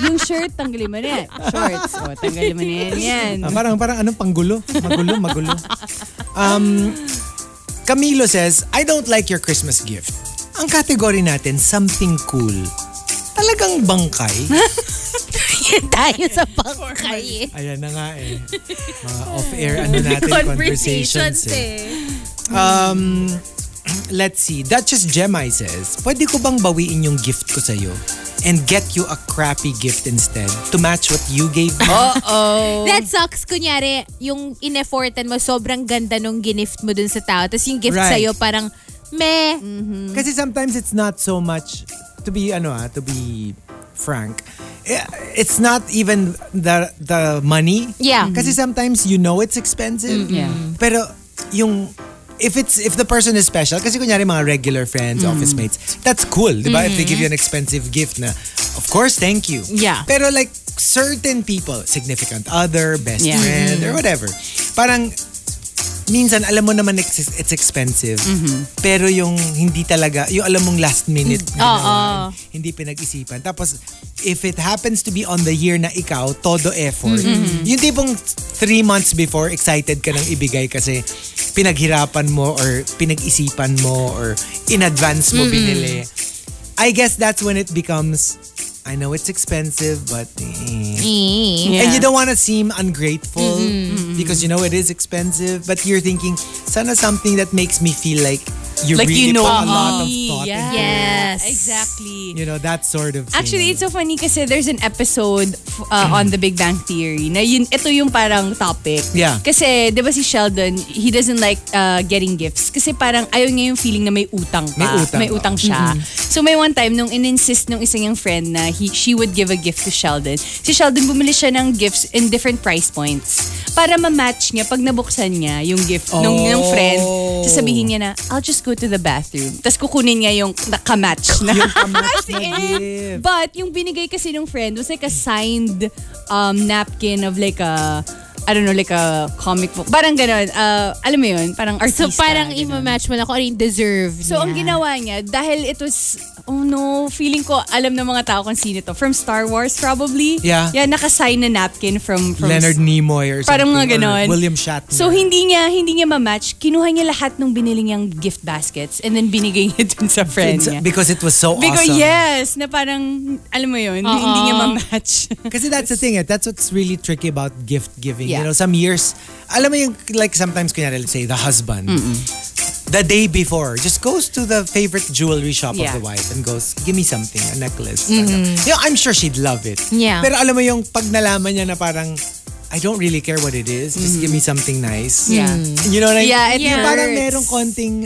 yung shirt tanggalin mo na. yan. Shorts, oh, tanggalin mo na yan. Yan. Ah, parang, parang anong panggulo? Magulo, magulo. Um, Camilo says, I don't like your Christmas gift. Ang kategory natin, something cool. Talagang bangkay. tayo sa bangkay. eh. Ayan na nga eh. Mga off-air ano natin, conversations eh. Um, let's see. Duchess Gemai says, Pwede ko bang bawiin yung gift ko sa'yo and get you a crappy gift instead to match what you gave me? Oh. That sucks. Kunyari, yung ineffortan mo, sobrang ganda nung ginift mo dun sa tao. Tapos yung gift Right. sa'yo, parang, meh. Kasi sometimes it's not so much to be ano ah, to be frank. eh, It's not even the the money. Yeah. Kasi sometimes you know it's expensive. Yeah. Pero yung if it's if the person is special kasi kunyari mga regular friends, office mates, that's cool, 'di ba? If they give you an expensive gift na of course, thank you. Yeah. Pero like certain people, significant other, best Yeah. friend or whatever. Parang minsan alam mo naman ex- it's expensive. Pero yung hindi talaga, yung alam mong last minute, ginawa, hindi pinag-isipan. Tapos, if it happens to be on the year na ikaw, todo effort. Yung tipong three months before, excited ka nang ibigay kasi pinaghirapan mo or pinag-isipan mo or in advance mo binili. I guess that's when it becomes, I know it's expensive, but... eh. And you don't want to seem ungrateful Mm-hmm. because you know it is expensive, but you're thinking, sana something that makes me feel like you Like really you know put a me. lot of thought into it. Yes. Exactly. You know, that sort of thing. Actually, it's so funny kasi there's an episode uh, on The Big Bang Theory na yun, ito yung parang topic. Yeah. Kasi, di ba si Sheldon, he doesn't like uh, getting gifts kasi parang ayaw niya yung feeling na may utang pa. May utang, Mm-hmm. siya. So may one time, nung in-insist nung isang niyang friend na he, she would give a gift to Sheldon, si Sheldon bumili siya ng gifts in different price points para ma-match niya pag nabuksan niya yung gift nung, nung friend. Oh. Sasabihin niya na, I'll just go to the bathroom. Tapos kukunin niya yung nakamatch na. Yung kamatch That's na it. gift. But yung binigay kasi nung friend was like a signed um, napkin of like a I don't know, like a comic book. Parang ganun. Uh, alam mo yun? Parang So artista. parang ganun. i-match mo na kung ano yung deserve So ang niya. ginawa niya, dahil it was, oh no, feeling ko alam ng mga tao kung sino to. From Star Wars probably. Yeah. Yeah, nakasign na napkin from, from Leonard Nimoy or something. Parang mga or ganon. William Shatner. So hindi niya hindi niya ma-match. Kinuha niya lahat ng binili niyang gift baskets and then binigay niya dun sa friend It's- niya. because it was so Because awesome. Uh-huh. yes, na parang, alam mo yun, hindi niya ma-match. Kasi that's the thing, eh. that's what's really tricky about gift giving. You Yeah. know, some years, alam mo yung, like sometimes, kunyari, let's say, the husband, the day before, just goes to the favorite jewelry shop Yeah. of the wife and goes, give me something, a necklace. ano. You know, I'm sure she'd love it. Yeah. Pero alam mo yung pag nalaman niya na parang, I don't really care what it is, just give me something nice. Mm. Yeah. You know, like, Yeah, it yung hurts. parang merong konting,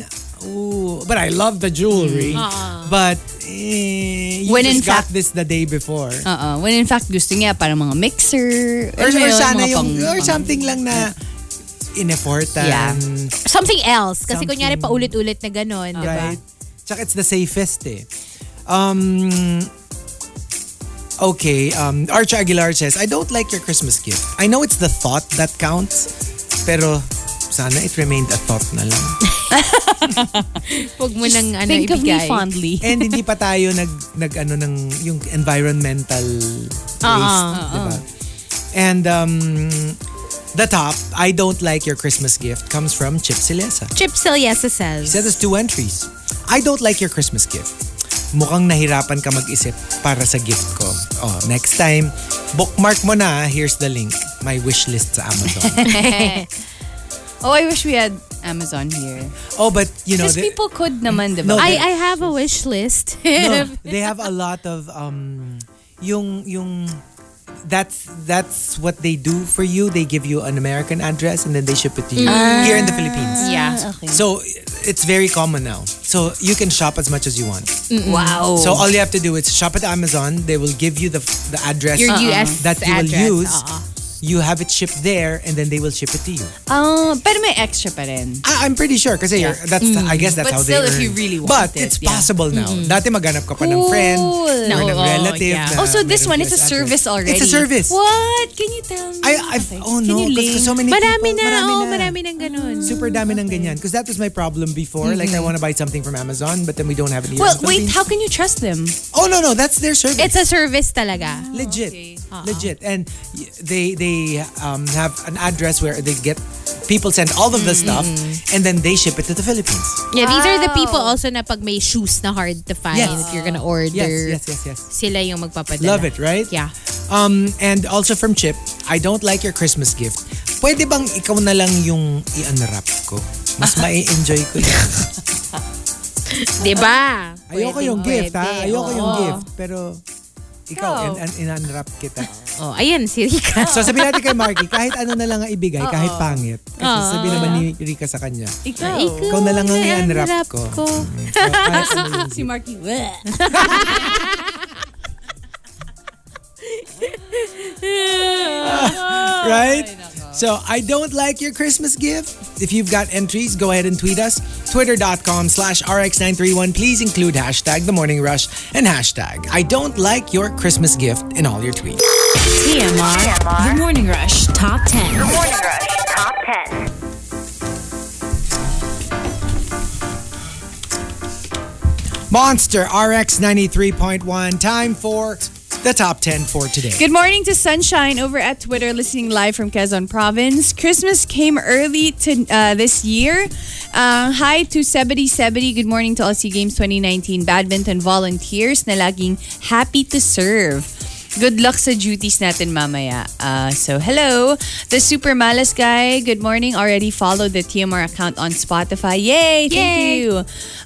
ooh, but I love the jewelry. But, eh, you Mm. Uh-uh. When just in got fact- this the day before. Uh-uh. When in fact, gusto niya parang mga mixer. Or, alam mo or yun, sana mga yung, pang- or pang- something lang na inefortan. Yeah. Something else. Kasi Something- kunyari paulit-ulit na gano'n, di ba? Diba? Right? Tsaka it's the safest eh. Um, okay, um, Archer Aguilar says, I don't like your Christmas gift. I know it's the thought that counts, pero sana it remained a thought na lang. Huwag mo nang ano, Think of me ibigay. fondly. And hindi pa tayo nag, nag ano ng yung environmental waste, Uh-huh. diba? And um, the top, I don't like your Christmas gift comes from Chip Silesa. Chip Celiesa says. He sent us two entries. I don't like your Christmas gift. Mukhang nahirapan ka mag-isip para sa gift ko. Oh, next time, bookmark mo na. Here's the link. My wish list sa Amazon. Oh, I wish we had Amazon here. oh, but you know, Because they, people could naman, diba? No, di ba? I, they- I have a wish list. no, they have a lot of um, yung yung that's that's what they do for you. They give you an American address and then they ship it to you here in the Ah, Philippines. Yeah. So it's very common now. So you can shop as much as you want. Wow. So all you have to do is shop at Amazon. They will give you the the address uh-huh, Your US that you will address. use. Uh-huh. You have it shipped there, and then they will ship it to you. Ah, pero may extra pa rin. I, I'm pretty sure kasi you're- that's I guess that's Mm. But how they still, if earn. you really want But it, it's yeah. Mm-hmm. possible now. Dati maghanap ka pa ng friend Cool. or ng No, oh, relative. yeah. na Oh, so this meron one, it's a this address. service already. It's a service. What? Can you tell me? I, I've, oh no, because so many Marami people, na. marami oh, na. Ah. marami ng ganun. Super dami ng ganyan. Because that was my problem before. Like, I want to buy something from Amazon, but then we don't have it here. Mm-hmm. Well, in the wait, Philippines. how can you trust them? Oh, no, no. That's their service. It's a service talaga. legit. Uh-uh. Legit. And y- they they um, have an address where they get people send all of the stuff and then they ship it to the Philippines. Yeah, these are the people also na pag may shoes na hard to find Yes. if you're gonna order. Yes, yes, yes, yes. Sila yung magpapadala. Love it, right? Yeah. Um, and also from Chip, I don't like your Christmas gift. Pwede bang ikaw na lang yung i-unwrap ko? Mas mai-enjoy ko yun. Diba? Ayoko yung gift, Pwedeng ha? pwede. Ayoko yung Oo. gift. Pero ikaw, in- un- in-unwrap kita. Oh, ayan, si Rika. so sabihin natin kay Marky, kahit ano na lang ang ibigay, kahit pangit. Kasi sabihin naman ni Rika sa kanya. Ikaw. Oh, Ikaw na lang ang i-unwrap i-unwrap ko. ko. So, kahit ano yung Si Marky. right? So I don't like your Christmas gift. If you've got entries, go ahead and tweet us. Twitter.com slash RX931. Please include hashtag the morning rush and hashtag I don't like your Christmas gift in all your tweets. TMR, The Morning Rush Top 10. Morning Rush Top 10. Monster RX 93.1. Time for the top 10 for today. Good morning to Sunshine over at Twitter, listening live from Quezon Province. Christmas came early to uh, this year. Uh, hi to 7070. Good morning to LC Games 2019 badminton volunteers na laging happy to serve. Good luck sa duties natin mamaya. Uh, so, hello. The Super Malas guy, good morning. Already followed the TMR account on Spotify. Yay! Thank Yay! you.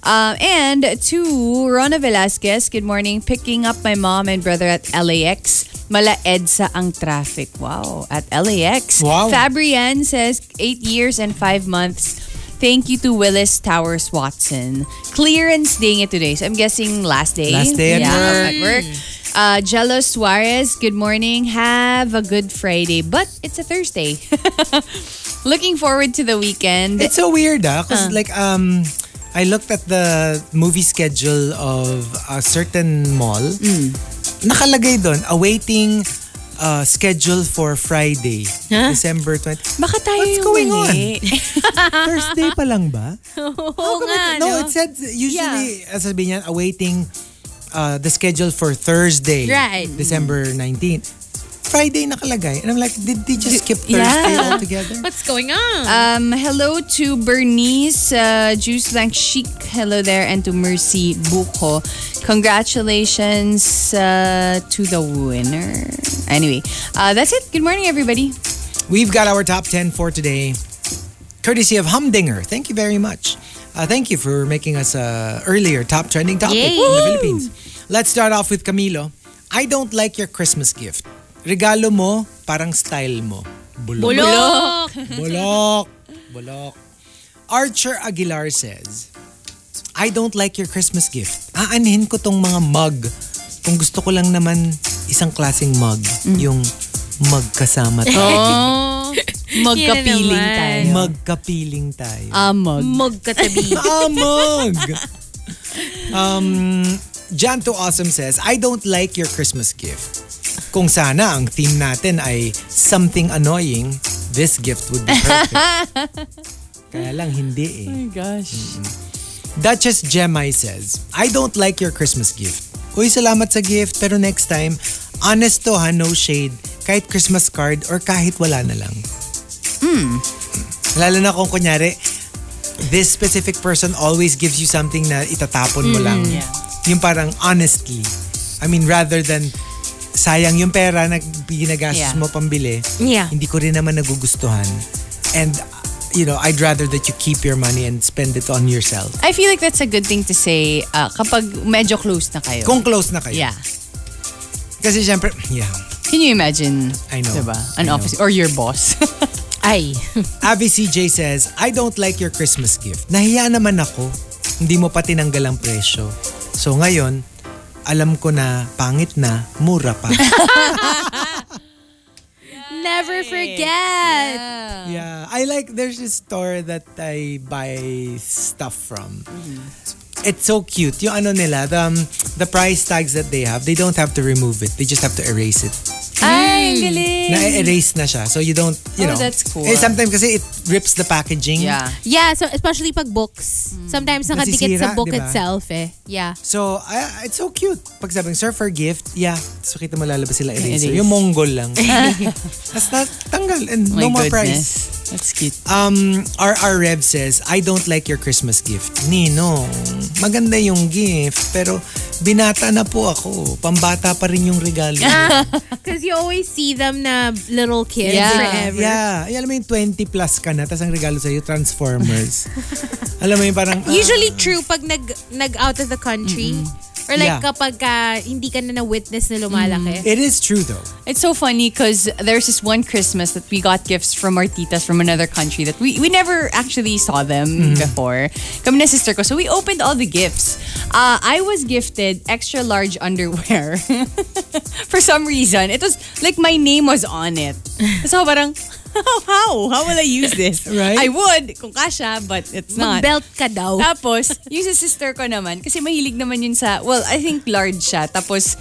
Um, and to Rona Velasquez, good morning. Picking up my mom and brother at LAX. Mala EDSA ang traffic. Wow. At LAX. Wow. Fabrian says, eight years and five months. Thank you to Willis Towers Watson. Clearance day nga today. So I'm guessing last day. Last day at yeah, work. At work. Uh, Jello Suarez, good morning. Have a good Friday. But it's a Thursday. Looking forward to the weekend. It's so weird, ah, 'cause like um I looked at the movie schedule of a certain mall. Mm. Nakalagay doon awaiting uh, schedule for Friday, December 20. Baka tayo What's yung going huli. Thursday pa lang ba? Oo nga, no, no? it said usually as sabi niyan awaiting uh, the schedule for Thursday, Right. December 19. Friday nakalagay. And I'm like, did they just skip Thursday altogether? What's going on? Ah, Um, hello to Bernice, uh, Juice Blank Chic. Hello there, and to Mercy Buko. Congratulations uh, to the winner. Anyway, uh, that's it. Good morning, everybody. We've got our top 10 for today, courtesy of Humdinger. Thank you very much. Uh, thank you for making us a earlier top trending topic in Yay. the Philippines. Let's start off with Camilo. I don't like your Christmas gift. Regalo mo, parang style mo. Bulok. Bulok! Bulok. Bulok. Archer Aguilar says, I don't like your Christmas gift. Aanhin ko tong mga mug. Kung gusto ko lang naman isang klaseng mug. Yung mug kasama tayo. Magkapiling naman. tayo. Ah, Magkapiling tayo. Amog. Magkatabi. Amog! um, Jan to Awesome says, I don't like your Christmas gift. Kung sana ang theme natin ay something annoying, this gift would be perfect. Kaya lang hindi eh. my gosh. Duchess Gemai says, I don't like your Christmas gift. Uy, salamat sa gift, pero next time, honest to ha, no shade. Kahit Christmas card or kahit wala na lang. Hmm. Lalo na kung kunyari, this specific person always gives you something na itatapon mo lang. Yung parang honestly. I mean, rather than sayang yung pera na ginagastos Yeah. mo pambili, Yeah. hindi ko rin naman nagugustuhan. And, you know, I'd rather that you keep your money and spend it on yourself. I feel like that's a good thing to say uh, kapag medyo close na kayo. Kung close na kayo. yeah. Kasi syempre, yeah. Can you imagine? I know. Diba? An I know. office or your boss. Ay. Abby CJ says, I don't like your Christmas gift. Nahiya naman ako. Hindi mo pa tinanggal ang presyo. So ngayon, alam ko na pangit na, mura pa. Never forget. yeah. I like, there's this store that I buy stuff from. Mm-hmm. It's so cute. Yung ano nila, the, um, the price tags that they have, they don't have to remove it. They just have to erase it. Ay, ang galing. Na-erase na siya. So you don't, you know. Oh, that's cool. Eh, sometimes kasi it rips the packaging. Yeah. Yeah, so especially pag books. Sometimes nakadikit Mm. Nasisira, sa book di ba? itself eh. Yeah. So, I- it's so cute. Pag sabing, sir, for gift, yeah. So, kita mo lalabas sila eraser. Erase. Yung Mongol lang. Tapos na, tanggal and My no more price. goodness. That's cute. Um, RR Rev says, I don't like your Christmas gift. Nino, maganda yung gift, pero binata na po ako. Pambata pa rin yung regalo. Because you always see them na little kids Yeah. forever. yeah. Ay, alam mo yung 20 plus ka na, tapos ang regalo sa'yo, Transformers. alam mo yung parang... ah, Usually true pag nag, nag-out of the country. Or Yeah. like kapag ah, hindi ka na na-witness na lumalaki. It is true though. It's so funny because there's this one Christmas that we got gifts from our titas from another country that we, we never actually saw them Mm-hmm. before. Kami na sister ko. So we opened all the gifts. Uh, I was gifted extra large underwear. For some reason. It was like my name was on it. So parang, how? How will I use this? Right? I would kung kasha, but it's not. Mag-belt ka daw. Tapos, yung sa sister ko naman, kasi mahilig naman yun sa, well, I think large siya. Tapos,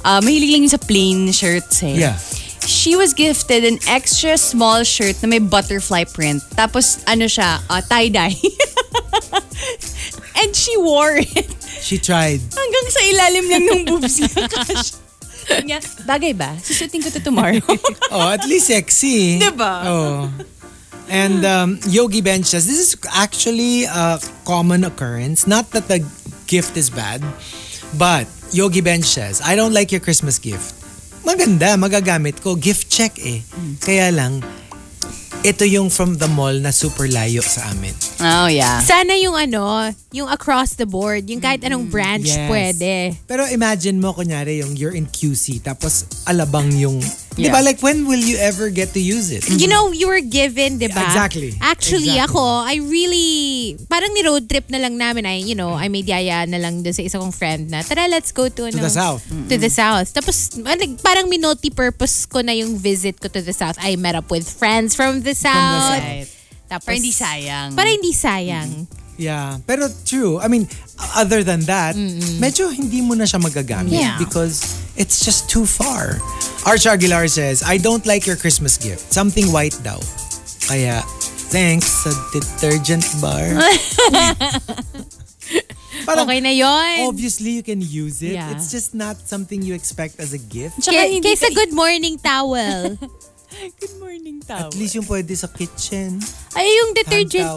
ah, mahilig lang yun sa plain shirts eh. Yeah. She was gifted an extra small shirt na may butterfly print. Tapos, ano siya, ah, tie-dye. And she wore it She tried. hanggang sa ilalim lang ng boobs niya. Gosh. Sabi niya, bagay ba? Susutin ko to tomorrow. Oh, at least sexy. Diba? Oh. And um, Yogi Ben says, this is actually a common occurrence. Not that the gift is bad, but Yogi Ben says, I don't like your Christmas gift. Maganda, magagamit ko. Gift check eh. Kaya lang, ito yung from the mall na super layo sa amin. oh, yeah. Sana yung ano, yung across the board, yung kahit anong branch yes. pwede. Pero imagine mo, kunyari, yung you're in QC, tapos alabang yung... Di Yeah. ba? Like, when will you ever get to use it? You know, you were given, di ba? Exactly. Actually, Exactly. ako, I really, parang ni road trip na lang namin. I, you know, I made yaya na lang doon sa isa kong friend na, tara, let's go To to, ano, the south. To the south. Tapos, ano, parang minulti-purpose ko na yung visit ko to the south. I met up with friends from the south. Right. Tapos, Uh, Para hindi sayang. Para hindi sayang. Yeah. Pero true. I mean, other than that, medyo hindi mo na siya magagamit Yeah. because it's just too far. Arch Aguilar says, I don't like your Christmas gift. Something white daw. Kaya, thanks sa detergent bar. Parang, Okay na yon. obviously you can use it. Yeah. It's just not something you expect as a gift. Tsaka K- hindi kaysa ka- good morning towel. Good morning, tao. At least yung pwede sa kitchen. Ay, yung detergent,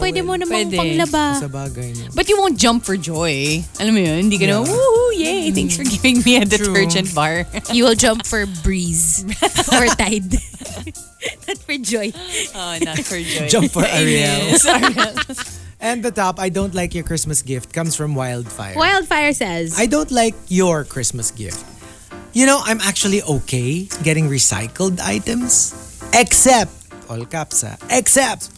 towel. pwede mo namang Pwede. panglaba. Sa bagay no? But you won't jump for joy. Alam mo yun? Hindi ka na, Yeah. woohoo, yay, thanks for giving me a detergent bar. You will jump for breeze or tide. Not for joy. oh, not for joy. Jump for Ariel. Yes, Ariel. And the top, I don't like your Christmas gift comes from Wildfire. Wildfire says, I don't like your Christmas gift. You know, I'm actually okay getting recycled items. Except, all caps ah, except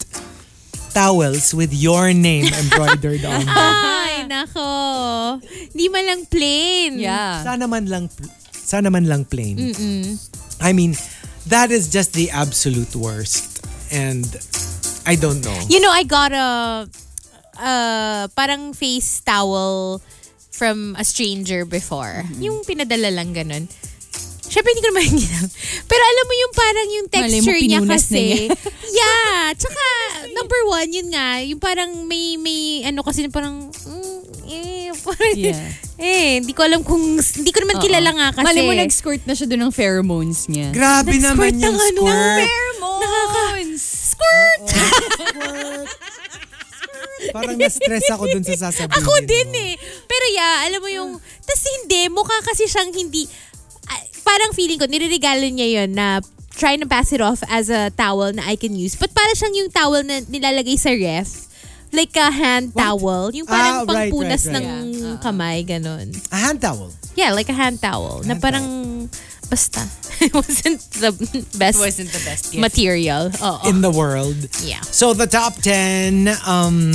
towels with your name embroidered on them. Ay, nako. Hindi man lang plain. yeah. Sana man lang, pl- sana man lang plain. I mean, that is just the absolute worst. And I don't know. You know, I got a uh, parang face towel from a stranger before. Mm-hmm. Yung pinadala lang ganun. Siyempre, hindi ko naman ginam. Pero alam mo yung parang yung Malay mo, texture niya pinunas na kasi. niya. yeah. Tsaka, number one, yun nga. Yung parang may, may ano kasi parang, mm, eh, parang, Yeah. eh, hindi ko alam kung, hindi ko naman kilala nga kasi. Malay mo, nag-squirt na siya dun ng pheromones niya. Oh! Grabe naman Nag-squirt yung ng ano, squirt. Pheromones! Squirt! Parang na-stress ako dun sa sasabihin Ako din mo. eh. Pero yeah, alam mo yung, tas hindi, mukha kasi siyang hindi, ah, parang feeling ko, niririgalo niya yon na try to pass it off as a towel na I can use. But para siyang yung towel na nilalagay sa ref. Like a hand towel. Yung Ah, parang right, uh-huh. pangpunas right, right. ng kamay, ganun. A hand towel. Yeah, like a hand towel. na Hand parang, Basta. It wasn't the best wasn't the best gift. material. Oo. in the world. Yeah. So the top 10 um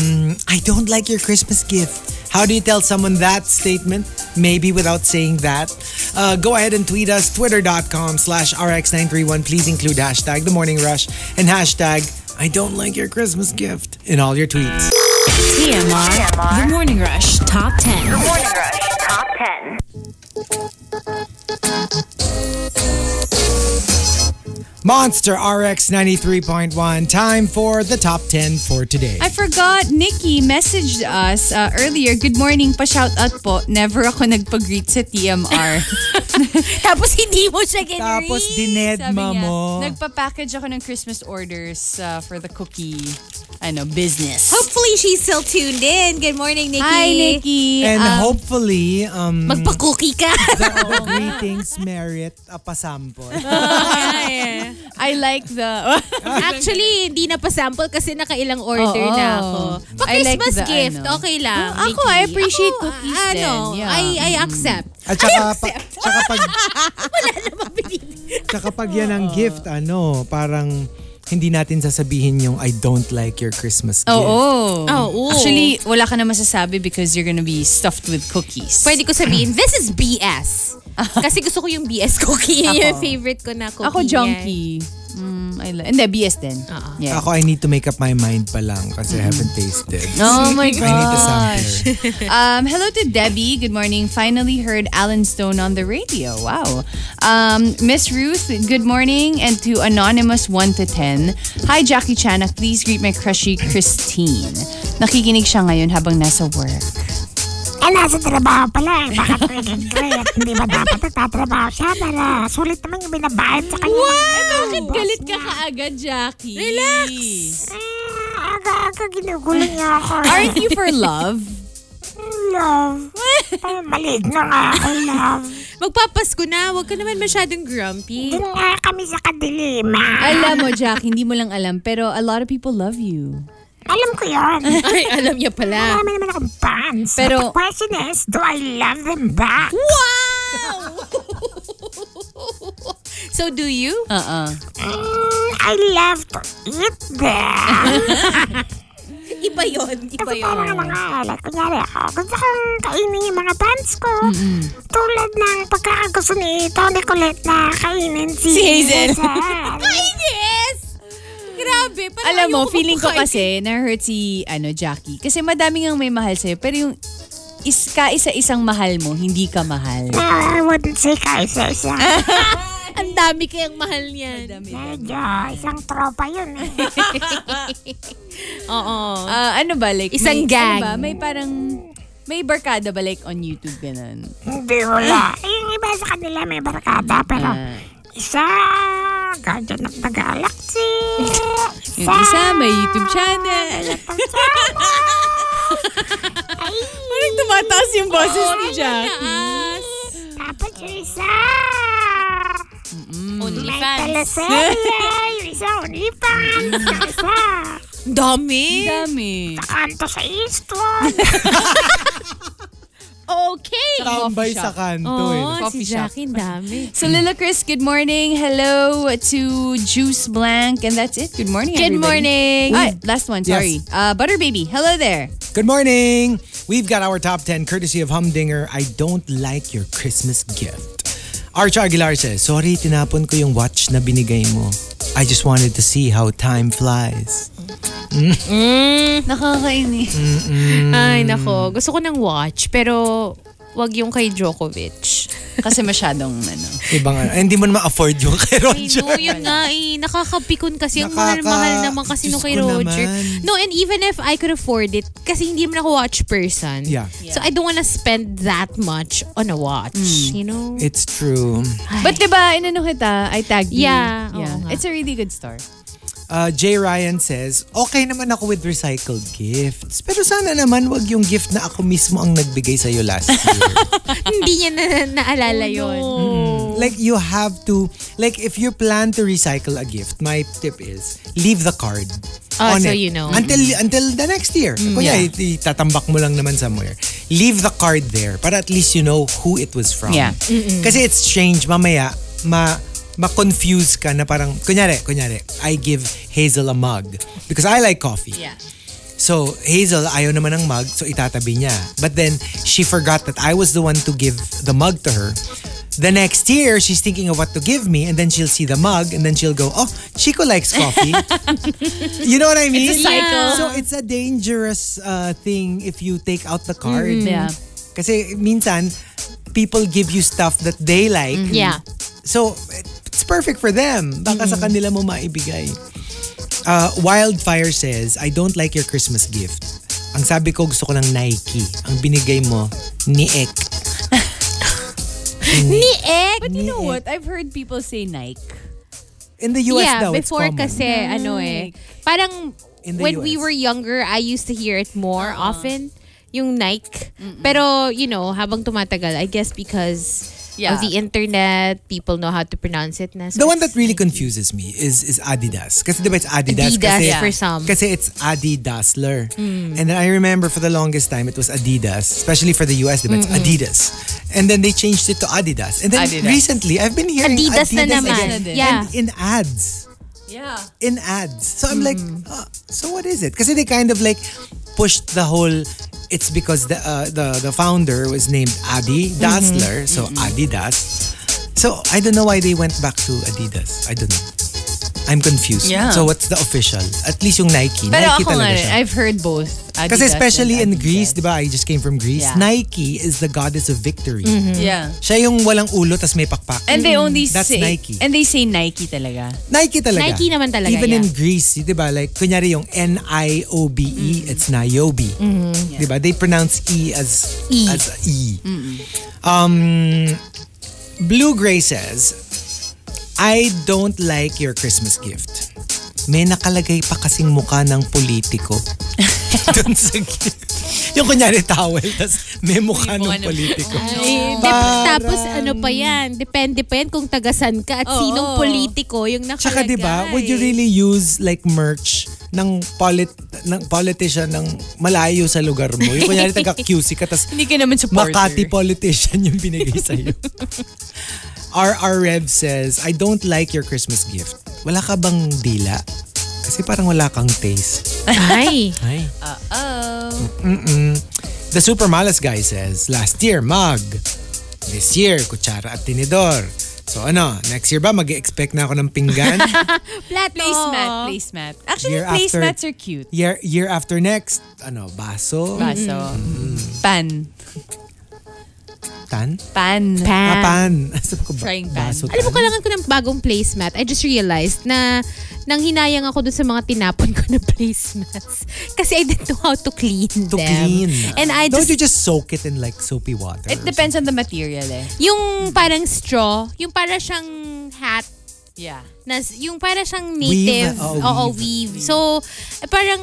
I don't like your Christmas gift. How do you tell someone that statement? Maybe without saying that. Uh, go ahead and tweet us, twitter.com slash rx931. Please include hashtag the morning rush and hashtag I don't like your Christmas gift in all your tweets. TMR. TMR. The Morning Rush Top 10. Morning Rush Top 10. Monster RX 93.1, time for the top 10 for today. I forgot, Nikki messaged us uh, earlier. Good morning, pa-shout out po. Never ako nagpag-greet sa TMR. Tapos hindi mo siya kinread. Tapos dinedma niya, mo. nagpa-package ako ng Christmas orders uh, for the cookie ano, business. Hopefully she's still tuned in. Good morning, Nikki. Hi, Nikki. and Um, hopefully, um, Magpa-cookie ka. the greetings merit a pasample. I like the... Actually, hindi na pa-sample kasi nakailang order Oo. na ako. I like Pa-Christmas the gift, ano. okay lang. Ah, ako, I appreciate cookies ah, ano, din. Yeah. Mm. I, I accept. At saka, pa, eh. tsaka pag... tsaka pag yan ang gift, ano, parang hindi natin sasabihin yung I don't like your Christmas gift. Oo. Oo. Actually, wala ka na masasabi because you're gonna be stuffed with cookies. Pwede ko sabihin, this is BS. Kasi gusto ko yung BS cookie. Yun yung favorite ko na cookie. Ako niya. junkie. Mm, I like. Hindi, BS din. Yeah. Ako, I need to make up my mind pa lang kasi I haven't tasted. Oh I my need to gosh. sample. Um, hello to Debbie. Good morning. Finally heard Alan Stone on the radio. Wow. Um, Miss Ruth, good morning. And to Anonymous 1 to 10. Hi, Jackie Chanak. Please greet my crushy Christine. Nakikinig siya ngayon habang nasa work. Eh, nasa trabaho pala eh. Bakit grade grade? Hindi ba dapat nagtatrabaho siya? Para sulit naman yung binabayad sa kanya. Eh, Bakit galit ka kaagad, Jackie? Relax! Eh, Aga-aga ginugulo niya ako. Aren't you for love? Love. Parang maligno nga ako, love. Magpapasko na, huwag ka naman masyadong grumpy. Doon nga kami sa kadiliman. Alam mo, Jack, hindi mo lang alam, pero a lot of people love you. Alam ko yun. Ay, alam niya pala. Marami naman akong fans. Pero- Hmm? But the question is, do I love them back? Wow! so do you? Uh-uh. Mm, I love to eat them. Iba yun. Iba Kasi parang ano nga, eh, like, kunyari ako, gusto kong kainin yung mga fans ko. Tulad ng pagkakagusto ni Tony Colette na kainin si, Si Hazel. Hazel. Yes! Grabe. Parang Alam mo, ayoko feeling ko kumakain. kasi na-hurt si ano, Jackie. Kasi madami ngang may mahal sa'yo. Pero yung is, kaisa-isang mahal mo, hindi ka mahal. no, Ah, I wouldn't say kaisa siya. Ah. Ang dami kayang mahal niyan. Medyo isang tropa yun eh. Oo. Ah, ano ba? Like, Isang may, gang. Ano ba, may parang, may barkada ba like on YouTube ganun? Hindi wala. Eh, Yung iba sa kanila may barkada pero Ah. Ah. isa, Guardian of the Galaxy. Yung isa, may YouTube channel. parang tumataas yung boses ni Jackie. ah. Tapos yung isa, Only eh, may fans. teleserye. Yung isa, OnlyFans. Yung isa, Ang Dami. dami. kanto sa Eastwood. Okay. Tambay sa kanto eh. Oo, Coffee si shop. Jackie, ang dami. So Lila Chris, good morning. Hello to Juice Blank. And that's it. Good morning, Good everybody. morning. Ay, last one, sorry. Uh, Butter Baby, hello there. Good morning! We've got our top 10 courtesy of Humdinger, I don't like your Christmas gift. Arch Aguilar says, Sorry, tinapon ko yung watch na binigay mo. I just wanted to see how time flies. Nakakainis. Ay, nako. Gusto ko ng watch, pero wag yung kay Djokovic. Kasi masyadong, ano. Ibang ano. Hindi mo na ma-afford yung kay Ay, Roger. no, yun nga eh. Nakakapikon kasi. Ang Nakaka- mahal naman kasi nung Diyos kay ko Roger. naman. No, and even if I could afford it, kasi hindi man ako watch person. Yeah. So I don't wanna spend that much on a watch. Hmm. You know? It's true. But diba, inano kita, I tagged you. Yeah, oo nga. It's a really good store. Uh, Jay Ryan says, okay naman ako with recycled gifts. Pero sana naman wag yung gift na ako mismo ang nagbigay sa'yo last year. hindi niya na, naalala Oh, yun. like you have to, like if you plan to recycle a gift, my tip is leave the card. Oh, on so it. you know. Mm. Until until the next year. Kunya, it- itatambak mo lang naman somewhere. Leave the card there para at least you know who it was from. Yeah. Kasi it's strange mamaya ma ma-confuse ka na parang, kunyari, kunyari, I give Hazel a mug because I like coffee. Yeah. So, Hazel, ayaw naman ng mug, so itatabi niya. But then, she forgot that I was the one to give the mug to her. The next year, she's thinking of what to give me, and then she'll see the mug, and then she'll go, Oh, Chico likes coffee. you know what I mean? It's a cycle. So, it's a dangerous uh, thing if you take out the card. Mm, yeah. Kasi minsan, people give you stuff that they like. Mm-hmm. Yeah. So, it's perfect for them. Baka Mm-hmm. sa kanila mo maibigay. Uh, Wildfire says, I don't like your Christmas gift. Ang sabi ko, gusto ko ng Nike. Ang binigay mo, ni Ek. Ni egg. But you know what? I've heard people say Nike. In the US yeah, daw, it's before common. kasi ano eh. Parang In the Uh-huh. when we US. were younger, I used to hear it more often, yung Nike. Pero, you know, habang tumatagal, I guess because Yeah. of the internet, people know how to pronounce it na. So The one that it's really confuses me is is Adidas. Kasi diba it's Adidas? Adidas kasi, for some. Mm. Kasi it's Adidasler. And then I remember for the longest time, it was Adidas. Especially for the US, diba? It's Adidas. And then they changed it to Adidas. And then Adidas. recently, I've been hearing Adidas, Adidas, na naman. again. again. Yeah. And in ads. Yeah. in ads. So I'm like, Mm-hmm. uh, so what is it? Because they kind of like pushed the whole. It's because the uh, the the founder was named Adi Mm-hmm. Dassler, so Adidas. So I don't know why they went back to Adidas. I don't know. I'm confused. Yeah. So what's the official? At least yung Nike. Pero Nike ako nga talaga rin, siya. I've heard both. Adidas Kasi especially in and Greece, diba? Adidas. di ba? I just came from Greece. Yeah. Nike is the goddess of victory. Yeah. Siya yung walang ulo tas may pakpak. And they only That's say Nike. And they say Nike talaga. Nike talaga. Nike naman talaga, Even in yeah. Greece, di ba? Like, kunyari yung N-I-O-B-E, E, Mm-hmm. it's Niobe. Di ba? They pronounce E as E. As e. Um, Blue Gray says, I don't like your Christmas gift. May nakalagay pa kasing mukha ng politiko. Doon sa gift. Yung kunyari towel, tas may mukha May mukha ng ng- politiko. Ah, Dep- Parang- Eh, tapos ano pa yan, depende pa yan kung tagasan ka at sinong politiko yung nakalagay. Tsaka 'di ba, would you really use like merch ng polit ng politician ng malayo sa lugar mo? Yung kunyari taga QC ka tas Hindi ka naman supporter. Makati politician yung binigay sa iyo. RR Rev says, I don't like your Christmas gift. Wala ka bang dila? Kasi parang wala kang taste. Ay. Ay. Uh-oh. The Super Malas guy says, last year, mug. This year, kutsara at tinidor. So ano, next year ba mag-expect na ako ng pinggan? Plato. Placemat, placemat. Actually, Year after- placemats are cute. year year after next, ano, baso, Baso. Pan. tan, Pan. ah, pan. Pan. Sabi ko, ba- Frying pan. Baso, Alam mo, tan. kailangan ko ng bagong placemat. I just realized na nang hinayang ako dun sa mga tinapon ko na placemats. Kasi I didn't know how to clean to them. clean. And I Don't just, you just soak it in like soapy water? It depends on the material eh. yung parang straw, yung para siyang hat, Yeah. na, yung para siyang native. Weave, oo, Oo, weave. weave. So, eh, parang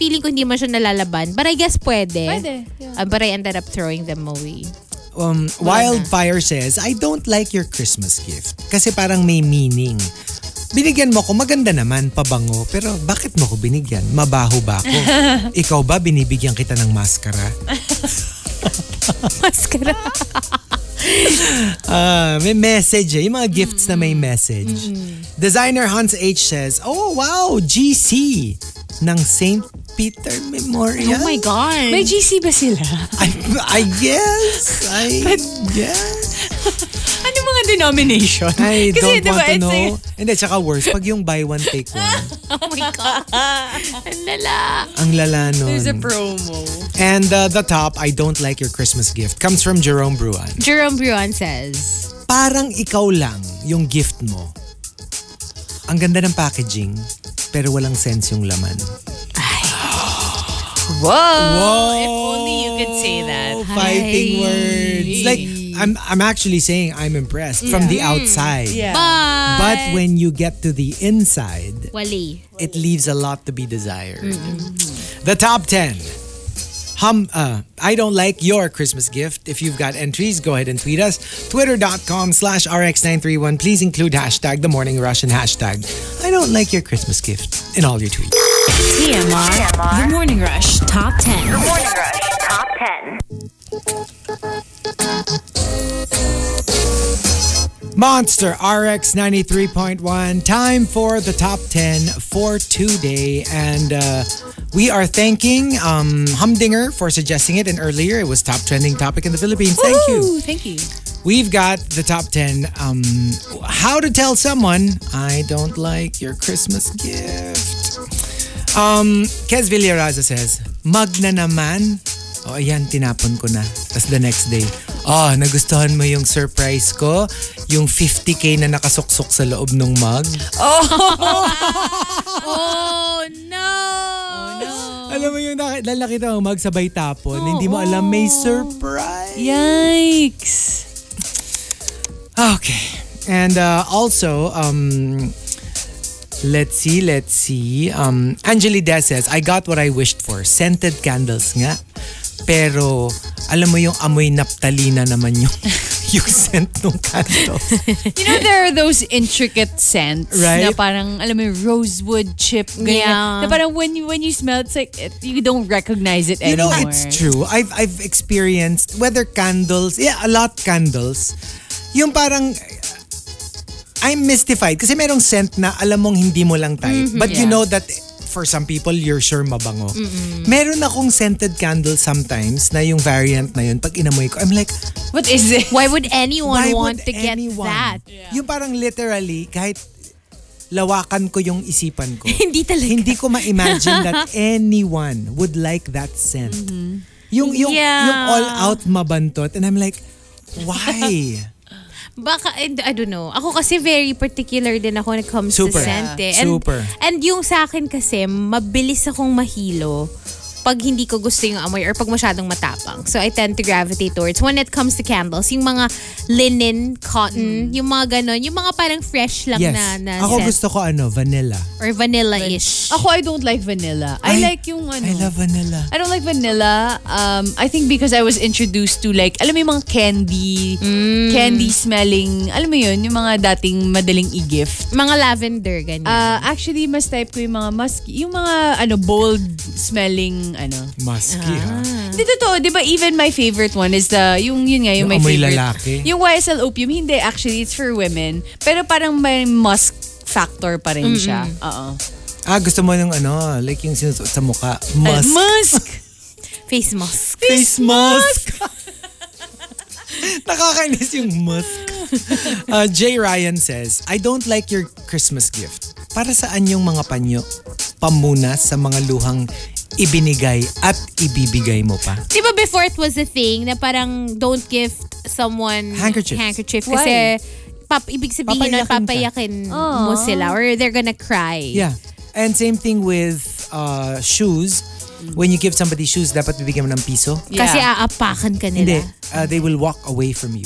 feeling ko hindi man siya nalalaban. But I guess pwede. Pwede, yeah. Ah, but I ended up throwing them away. Um, Wildfire says, I don't like your Christmas gift. Kasi parang may meaning. Binigyan mo ko, maganda naman, pabango. Pero bakit mo ko binigyan? Mabaho ba ako? Ikaw ba binibigyan kita ng maskara? Mascara. Ah, may message eh. Yung mga gifts na Mm. may message. Designer Hans H says, Oh wow, GC ng St. Peter Memorial. Oh my God. May GC ba sila? I, I guess. I guess. Ano mga denomination? I don't Kasi, di ba, want to it's know. like- Hindi, tsaka worse. Pag yung buy one, take one. Oh my God. Ang lala. Ang lala nun. There's a promo. And uh, the top, I don't like your Christmas gift, comes from Jerome Bruan. Jerome Bruan says, Parang ikaw lang yung gift mo. Ang ganda ng packaging, pero walang sense yung laman. Whoa! Oh, If only you could say that. Oh, Fighting words. Like I'm I'm actually saying I'm impressed from the Mm. outside. But, But when you get to the inside, Wali. it leaves a lot to be desired. The top 10. Hum, uh, I don't like your Christmas gift. If you've got entries, go ahead and tweet us. Twitter.com slash RX931. Please include hashtag the morning rush and hashtag I don't like your Christmas gift in all your tweets. TMR. The Morning Rush Top 10. Morning Rush Top 10. Monster RX 93.1. Time for the top 10 for today. And uh, we are thanking um, Humdinger for suggesting it. And earlier, it was top trending topic in the Philippines. Thank you. Thank you. We've got the top 10 um, how to tell someone I don't like your Christmas gift. Um, Kes Villaraza says, mug na naman. O oh, ayan, tinapon ko na. Tapos the next day, oh, nagustuhan mo yung surprise ko? Yung 50k na nakasuksok sa loob ng mug? Oh no! Alam mo yung nak- dahil nakita mo mug sabay tapon, hindi mo alam may surprise. Yikes. Okay. And uh, also, um, let's see, let's see. Um, Angeli Des says, I got what I wished for. Scented candles nga. Pero, alam mo yung amoy naptalina naman yung, yung scent ng candle. You know, there are those intricate scents Right? na parang, alam mo, yung rosewood chip, ganyan. Yeah. Na parang when you, when you smell, it's like, it, you don't recognize it You know, anymore. it's true. I've I've experienced whether candles, yeah, a lot candles. Yung parang I'm mystified kasi merong scent na alam mong hindi mo lang type. Mm-hmm. but you Yeah. know that for some people, you're sure mabango. Meron akong scented candle sometimes na yung variant na yun. Pag inamoy ko, I'm like, What is it? Why would anyone why want would to get anyone? that? Yung parang literally, kahit lawakan ko yung isipan ko. Hindi talaga. hindi ko ma-imagine that anyone would like that scent. Mm-hmm. Yung yung Yeah. yung all out mabantot and I'm like, why? Baka, I I don't know. Ako kasi very particular din ako when it comes Super. to scent eh. Yeah. And, Super. And yung sa akin kasi, mabilis akong mahilo pag hindi ko gusto yung amoy or pag masyadong matapang. So I tend to gravitate towards when it comes to candles, yung mga linen, cotton, yung mga ganon, yung mga parang fresh lang yes. na, na Ako scent. gusto Oh. ko ano, vanilla. or vanilla-ish. Ako, I don't like vanilla. I, Ay, like yung ano. I love vanilla. I don't like vanilla. Um, I think because I was introduced to like, alam mo yung mga candy, Mm. candy smelling, alam mo yun, yung mga dating madaling i-gift. mga lavender, ganyan. Uh, actually, mas type ko yung mga musky, yung mga ano, bold smelling, ano. Musky, ha? Hindi totoo, di ba even my favorite one is the, yung yun nga, yung, Yung my amoy favorite. lalaki. Yung YSL Opium, hindi actually, it's for women. Pero parang may musk factor pa rin siya. Oo. Ah, gusto mo yung ano, like yung sinusuot sa mukha. Ay, Musk. Musk! Face mask. Face mask. Nakakainis yung musk. Uh, Jay Ryan says, I don't like your Christmas gift. Para saan yung mga panyo? Pamuna sa mga luhang ibinigay at ibibigay mo pa. Di ba before it was a thing na parang don't give someone Handkerchiefs. handkerchief Why? kasi pap, ibig sabihin nun, Papayakin papayakin mo sila or they're gonna cry. Yeah. And same thing with uh, shoes. When you give somebody shoes, dapat bibigyan mo ng piso. Kasi aapakan ka Hindi. nila. Uh, they will walk away from you.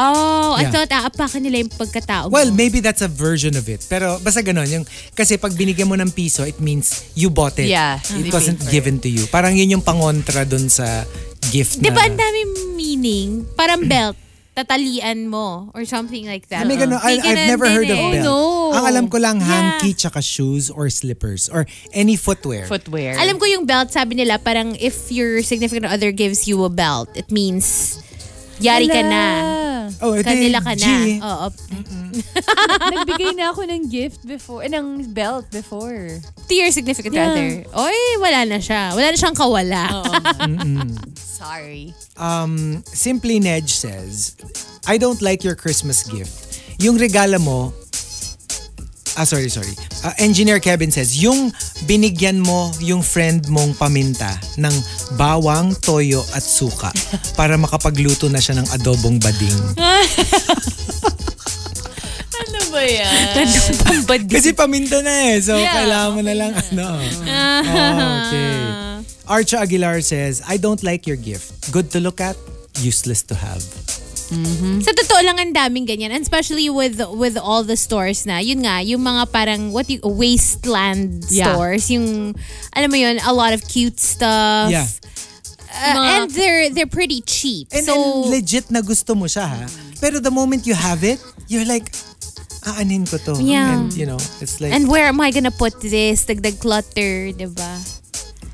Oh, I Yeah. thought aapakan nila yung pagkatao mo. Well, maybe that's a version of it. Pero basta ganun. Yung, kasi pag binigyan mo ng piso, it means you bought it. Yeah, It Mm-hmm. they wasn't paid for given to you. Parang yun yung pangontra dun sa gift Di na... ba ang daming meaning? Parang belt. Tatalian mo or something like that. Ah, may ganun. I, May ganun I've never din heard of eh. belt. Ang alam ko lang, Yeah. hanky tsaka shoes or slippers or any footwear. Footwear. Alam ko yung belt, sabi nila, parang if your significant other gives you a belt, it means yari ka na. oh, edi, Kanila ka na. G. Oo. Ah, Nagbigay na ako ng gift before, eh, ng belt before. To your significant Yeah. other. Oy, wala na siya. Wala na siyang kawala. Sorry. Um, Simply Nedge says, I don't like your Christmas gift. Yung regala mo, ah sorry, sorry. Uh, Engineer Kevin says, yung binigyan mo yung friend mong paminta ng bawang, toyo at suka para makapagluto na siya ng adobong bading. Ano ba yan? Kasi paminta na eh, so kailangan mo na lang ano. Oh, okay. Archa Aguilar says, I don't like your gift. Good to look at, useless to have. Sa totoo lang ang daming ganyan. And especially with with all the stores na. Yun nga, yung mga parang what you, wasteland Yeah. stores. Yung, alam mo yun, a lot of cute stuff. Yeah. Uh, Mga- and they're they're pretty cheap. And, so, and legit na gusto mo siya ha. Pero the moment you have it, you're like, aanin ko to. Yeah. And you know, it's like, and where am I gonna put this? Dagdag clutter, di ba?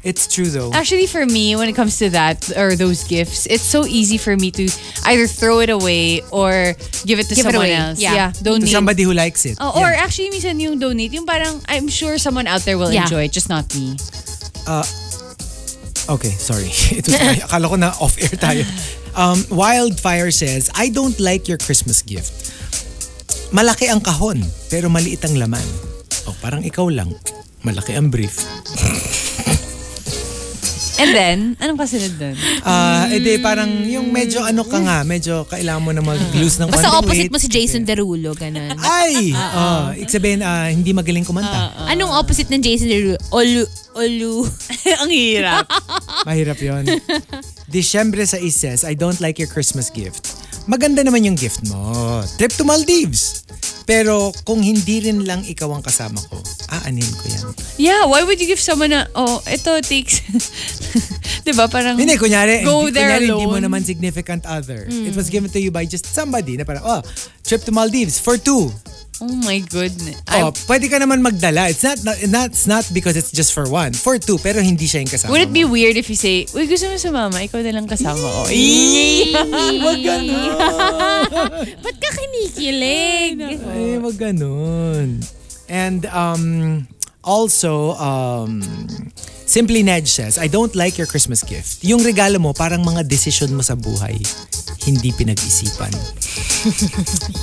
It's true though. Actually, for me, when it comes to that or those gifts, it's so easy for me to either throw it away or give it to Give it someone away. else. Yeah. yeah to donate. somebody who likes it. Oh, or actually, minsan yung donate, yung parang I'm sure someone out there will Yeah. enjoy it, just not me. Okay, sorry. It was my, akala ko na off-air tayo. Um, Wildfire says, I don't like your Christmas gift. Malaki ang kahon, pero maliit ang laman. O, parang ikaw lang. Malaki ang brief. And then, anong kasunod dun? Ah, edi parang yung medyo ano ka nga, medyo kailangan mo na mag-lose ng Basta konting opposite weight. mo si Jason Derulo, ganun. Ay! Uh, ibig sabihin, ah, hindi magaling kumanta. Anong opposite ng Jason Derulo? Olu, olu. Ang hirap. Mahirap yon. Disyembre sa is says, I don't like your Christmas gift. Maganda naman yung gift mo. Trip to Maldives. Pero kung hindi rin lang ikaw ang kasama ko, aanin ko yan. yeah, why would you give someone a, oh, ito takes, di ba parang, Hindi, kunyari, Go hindi, there kunyari hindi mo alone. naman significant other. It was Hmm. given to you by just somebody na parang, oh, trip to Maldives for two. oh my goodness. Oh, pwede ka naman magdala. It's not, not, it's not because it's just for one. For two, pero hindi siya yung kasama Would it be mo. weird if you say, Uy, gusto mo sumama? Ikaw na lang kasama ko. Wag ganun. Ba't ka kinikilig? Ay, wag ganun. And um, also, um, Simply Ned says, I don't like your Christmas gift. Yung regalo mo, parang mga desisyon mo sa buhay, hindi pinag-isipan.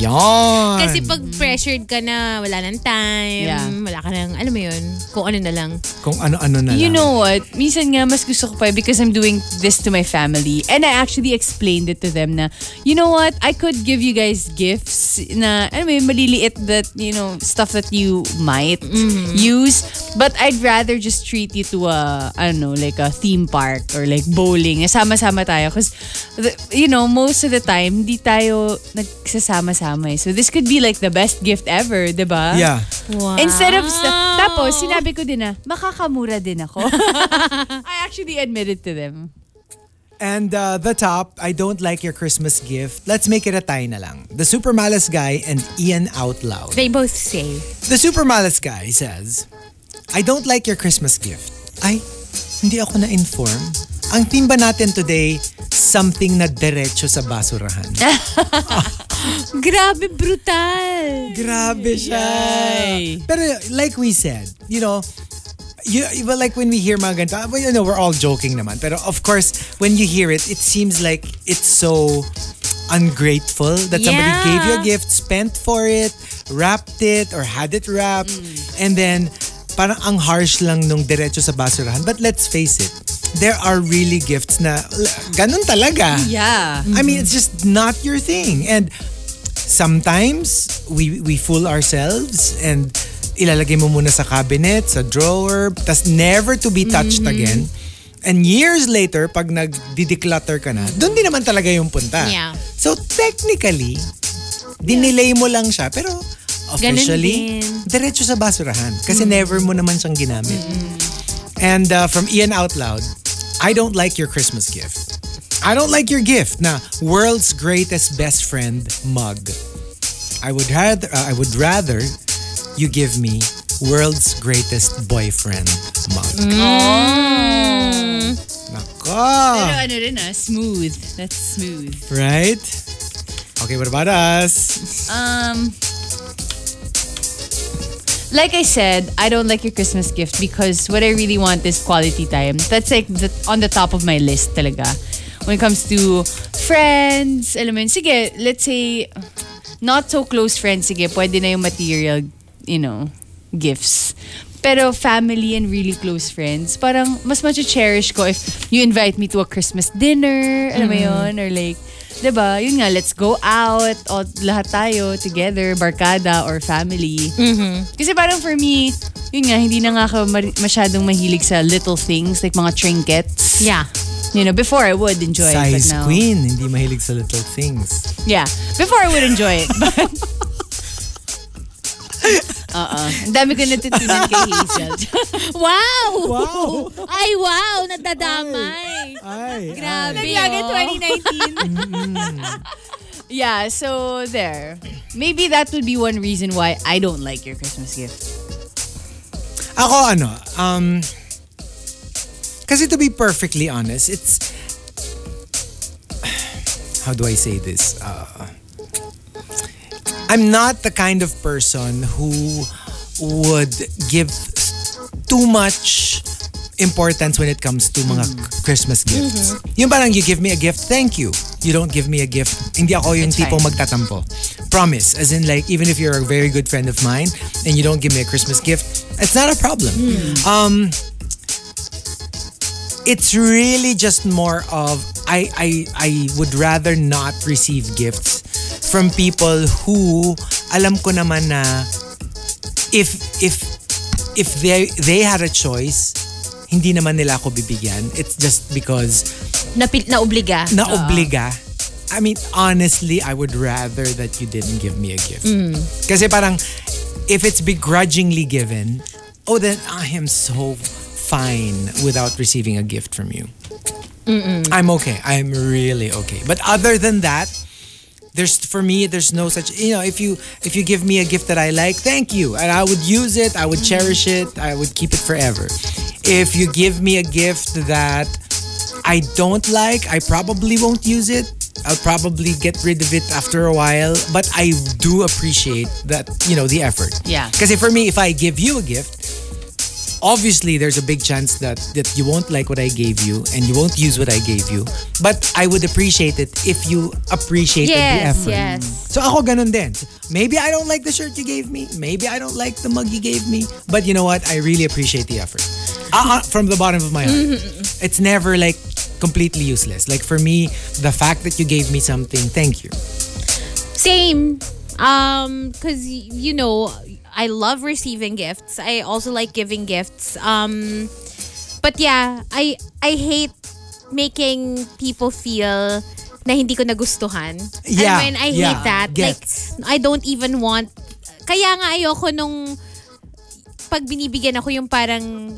Yan! Kasi pag pressured ka na, wala ng time, Yeah. wala ka ng, alam mo yun, kung ano na lang. Kung ano-ano na lang. You know what? Minsan nga mas gusto ko pa because I'm doing this to my family. And I actually explained it to them na, you know what? I could give you guys gifts na, ano may maliliit that, you know, stuff that you might use. But I'd rather just treat you to a, I don't know, like a theme park or like bowling. Sama-sama tayo. Because, you know, most of the time, di tayo nagsasama-sama. eh. So this could be like the best gift ever, di ba? Yeah. Wow. Instead of stuff. Tapos, sinabi ko din na, makakamura din ako. I actually admitted to them. And uh, the top, I don't like your Christmas gift. Let's make it a tie na lang. The Super Malice Guy and Ian Out Loud. They both say, The Super Malice Guy says, I don't like your Christmas gift. Ay, hindi ako na-inform. Ang theme ba natin today, something na diretso sa basurahan. grabe brutal. Grabe siya. Pero like we said, you know, you, well, like when we hear mga ganito, well, you know, we're all joking naman. Pero of course, when you hear it, it seems like it's so ungrateful that somebody Yeah. gave you a gift, spent for it, wrapped it, or had it wrapped, and then parang ang harsh lang nung diretso sa basurahan. But let's face it, there are really gifts na l- ganun talaga. Yeah. I mean, it's just not your thing. And sometimes we we fool ourselves and ilalagay mo muna sa cabinet, sa drawer, tas never to be touched again. And years later, pag nag-declutter ka na, doon din naman talaga yung punta. Yeah. So technically, dinelay mo lang siya. Pero officially, din. diretso sa basurahan. Kasi never mo naman siyang ginamit. And uh, from Ian Out Loud, I don't like your Christmas gift. I don't like your gift na world's greatest best friend mug. I would rather uh, I would rather you give me world's greatest boyfriend mug. Hmm. Pero Nako! ano rin ah, smooth. That's smooth. Right? Okay, what about us? Um, like I said, I don't like your Christmas gift because what I really want is quality time. That's like the, on the top of my list talaga. When it comes to friends, alam mo yun, sige, let's say, not so close friends, sige, pwede na yung material, you know, gifts. Pero family and really close friends, parang mas much cherish ko if you invite me to a Christmas dinner, alam mo yun, or like, 'di ba? Yun nga, let's go out, o lahat tayo together, barkada or family. Mm-hmm. Kasi parang for me, yun nga, hindi na nga ako ma- masyadong mahilig sa little things, like mga trinkets. Yeah. You know, before I would enjoy it, but Size now... queen, hindi mahilig sa little things. Yeah. Before I would enjoy it, but... Uh-uh. Ang dami ko natutunan kay Hazel. Wow! Wow! Ay, wow! Nadadamay. Ay, Grabe, Lagi oh. 2019. yeah, so there. Maybe that would be one reason why I don't like your Christmas gift. Ako ano, um, Kasi to be perfectly honest, it's how do I say this? Uh, I'm not the kind of person who would give too much importance when it comes to mga Mm-hmm. k- Christmas gifts. Yung parang you give me a gift, thank you. You don't give me a gift, hindi ako yung That's tipong fine. magtatampo. Promise. As in like, even if you're a very good friend of mine and you don't give me a Christmas gift, it's not a problem. Mm. Um, it's really just more of I, I I would rather not receive gifts from people who alam ko naman na if if if they they had a choice hindi naman nila ako bibigyan it's just because Napil, naobliga. naobliga I mean honestly I would rather that you didn't give me a gift kasi parang if it's begrudgingly given oh then I am so fine without receiving a gift from you I'm okay. I'm really okay. But other than that, there's for me there's no such you know if you if you give me a gift that I like, thank you. And I would use it, I would cherish it, I would keep it forever. If you give me a gift that I don't like, I probably won't use it. I'll probably get rid of it after a while, but I do appreciate that, you know, the effort. Yeah. Because for me, if I give you a gift, obviously there's a big chance that that you won't like what I gave you and you won't use what I gave you. But I would appreciate it if you appreciated Yes, the effort. yes. So ako ganun din. Maybe I don't like the shirt you gave me. Maybe I don't like the mug you gave me. But you know what? I really appreciate the effort. Uh, uh, from the bottom of my heart. It's never like completely useless. Like for me, the fact that you gave me something, thank you. Same. Um, cause y- you know, I love receiving gifts. I also like giving gifts. Um, but yeah, I I hate making people feel na hindi ko nagustuhan. Yeah, And when I yeah, hate that, gets. like I don't even want kaya nga ayoko nung pag binibigyan ako yung parang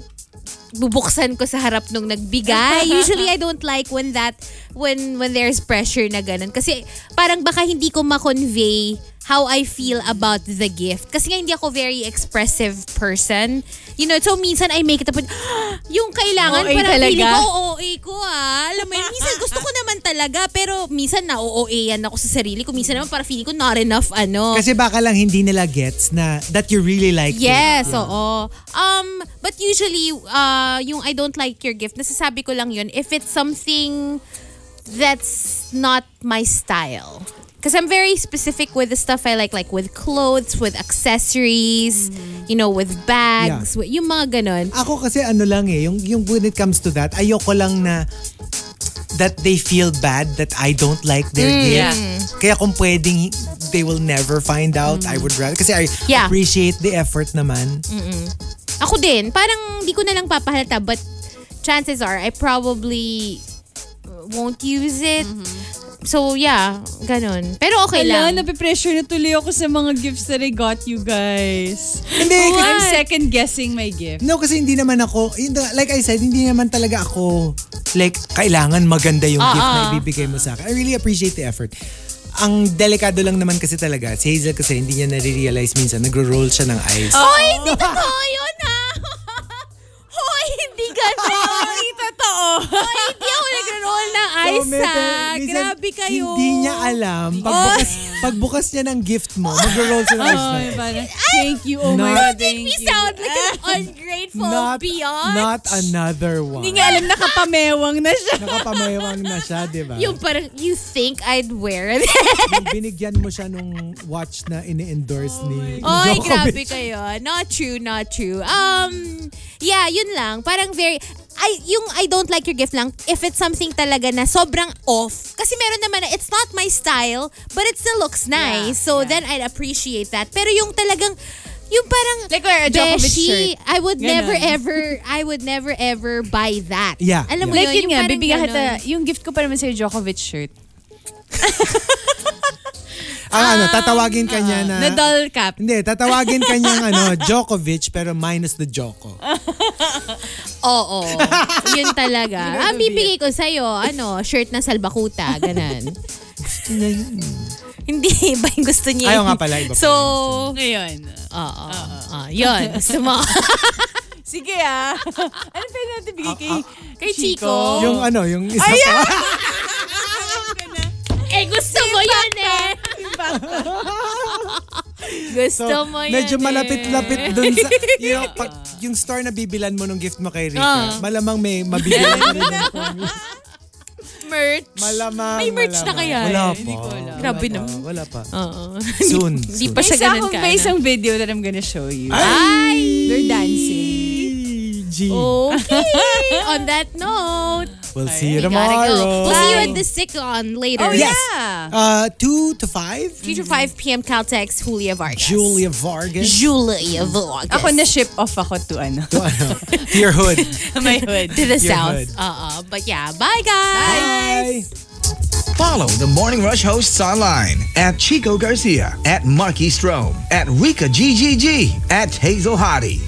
bubuksan ko sa harap nung nagbigay. Usually I don't like when that when when there's pressure na ganun kasi parang baka hindi ko ma-convey how I feel about the gift. Kasi nga hindi ako very expressive person. You know, so minsan I make it a point, yung kailangan OA parang feeling talaga? ko OA ko ah. Alam mo yun, minsan gusto ko naman talaga pero minsan na OA yan ako sa sarili ko. Minsan naman parang feeling ko not enough ano. Kasi baka lang hindi nila gets na that you really like it. Yes, oo. Um, but usually, uh, yung I don't like your gift, nasasabi ko lang yun if it's something that's not my style. Because I'm very specific with the stuff I like, like with clothes, with accessories, you know, with bags, with, yung mga ganun. Ako kasi ano lang eh, yung, yung when it comes to that, ayoko lang na that they feel bad that I don't like their gift. yeah. Kaya kung pwedeng they will never find out, I would rather. Kasi I Yeah. appreciate the effort naman. Ako din, parang di ko na lang papahalata, but chances are, I probably won't use it. So, yeah, ganun. Pero okay Kailan, lang. napipressure na tuloy ako sa mga gifts that I got you guys. Hindi, kasi- I'm second guessing my gift. No, kasi hindi naman ako, yun na- like I said, hindi naman talaga ako, like, kailangan maganda yung gift na ibibigay mo sa akin. I really appreciate the effort. Ang delikado lang naman kasi talaga, si Hazel kasi hindi niya nare-realize minsan, nagro-roll siya ng eyes. Hoy, hindi totoo yun ha! Hoy, hindi ganun! hindi totoo! oh. Hoy, hindi ako nag-roll ng So, eyes medyo- ha! minsan, Grabe kayo! Oh. Hindi niya alam. Pagbukas, pagbukas niya ng gift mo, mag-roll siya ng eyes Oh, na. diba? yung parang, thank you. Oh my Not- God, Make thank me you. sound like an ungrateful Not, beyond. not another one. Hindi nga alam, nakapamewang na siya. Nakapamayawang na siya, di ba? Yung parang, you think I'd wear this? Yung binigyan mo siya nung watch na ini-endorse ni Oy, Djokovic. grabe kayo. Not true, not true. Um, yeah, yun lang. Parang very, I, yung I don't like your gift lang, if it's something talaga na sobrang off. Kasi meron naman na, it's not my style, but it still looks nice. so then I'd appreciate that. Pero yung talagang, yung parang, Like wear a Djokovic Beshi, shirt. I would Ganon. never ever, I would never ever buy that. Yeah, Alam mo yeah. Like yun yung nga, parang bibigyan ganon. kita, yung gift ko pa naman sa'yo, Djokovic shirt. Ang ano, Ah, tatawagin kanya na... Na doll cap. Hindi, tatawagin kanyang ano, Djokovic pero minus the Joko. Oo. yun talaga. Ang bibigay ko sa'yo, ano, shirt na salbakuta, ganan. Hindi, iba yung gusto niya. Ayaw nga pala, iba pala So, yung oo. Ngayon. oo, oo. yun. Gusto mo. Sige ah. ano pwede natin bigay kay, Kay Chico. Yung ano, yung isa Ayan! pa. Eh, gusto mo yun eh. gusto So, mo yun medyo eh. malapit-lapit dun sa, you know, pag, yung store na bibilan mo nung gift mo kay Rika, Ah. malamang may mabibili ka rin ng phone. Merch. Malamang, May merch na malamang. kaya Wala eh. pa. Hindi ko alam. Wala Grabe pa, naman. Wala pa. Oo. Soon. Di soon. pa siya May isa ganun akong, ka. may ano. isang video that I'm gonna show you. Ah. Ay! They're dancing. G. Okay. On that note, We'll see you we gotta tomorrow. go. We'll see you at the Siklon later. Oh, Yes. yeah. Uh, 2 to 5? 3 to 5 p.m. Caltex, Julia Vargas. Mm-hmm. Julia Vargas. Julia Vargas. Ako na-ship off ako to ano. To, ano, to your hood. my hood. to the Your south. hood. Uh-uh. But yeah, bye guys. Bye. Follow the Morning Rush hosts online at Chico Garcia, at Marky Strome, at Rika GGG, at Hazel Hottie.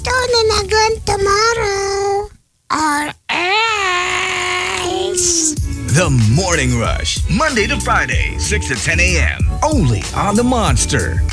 Tune in again tomorrow. Or else. The Morning Rush, Monday to Friday, 6 to 10 a.m. Only on the Monster.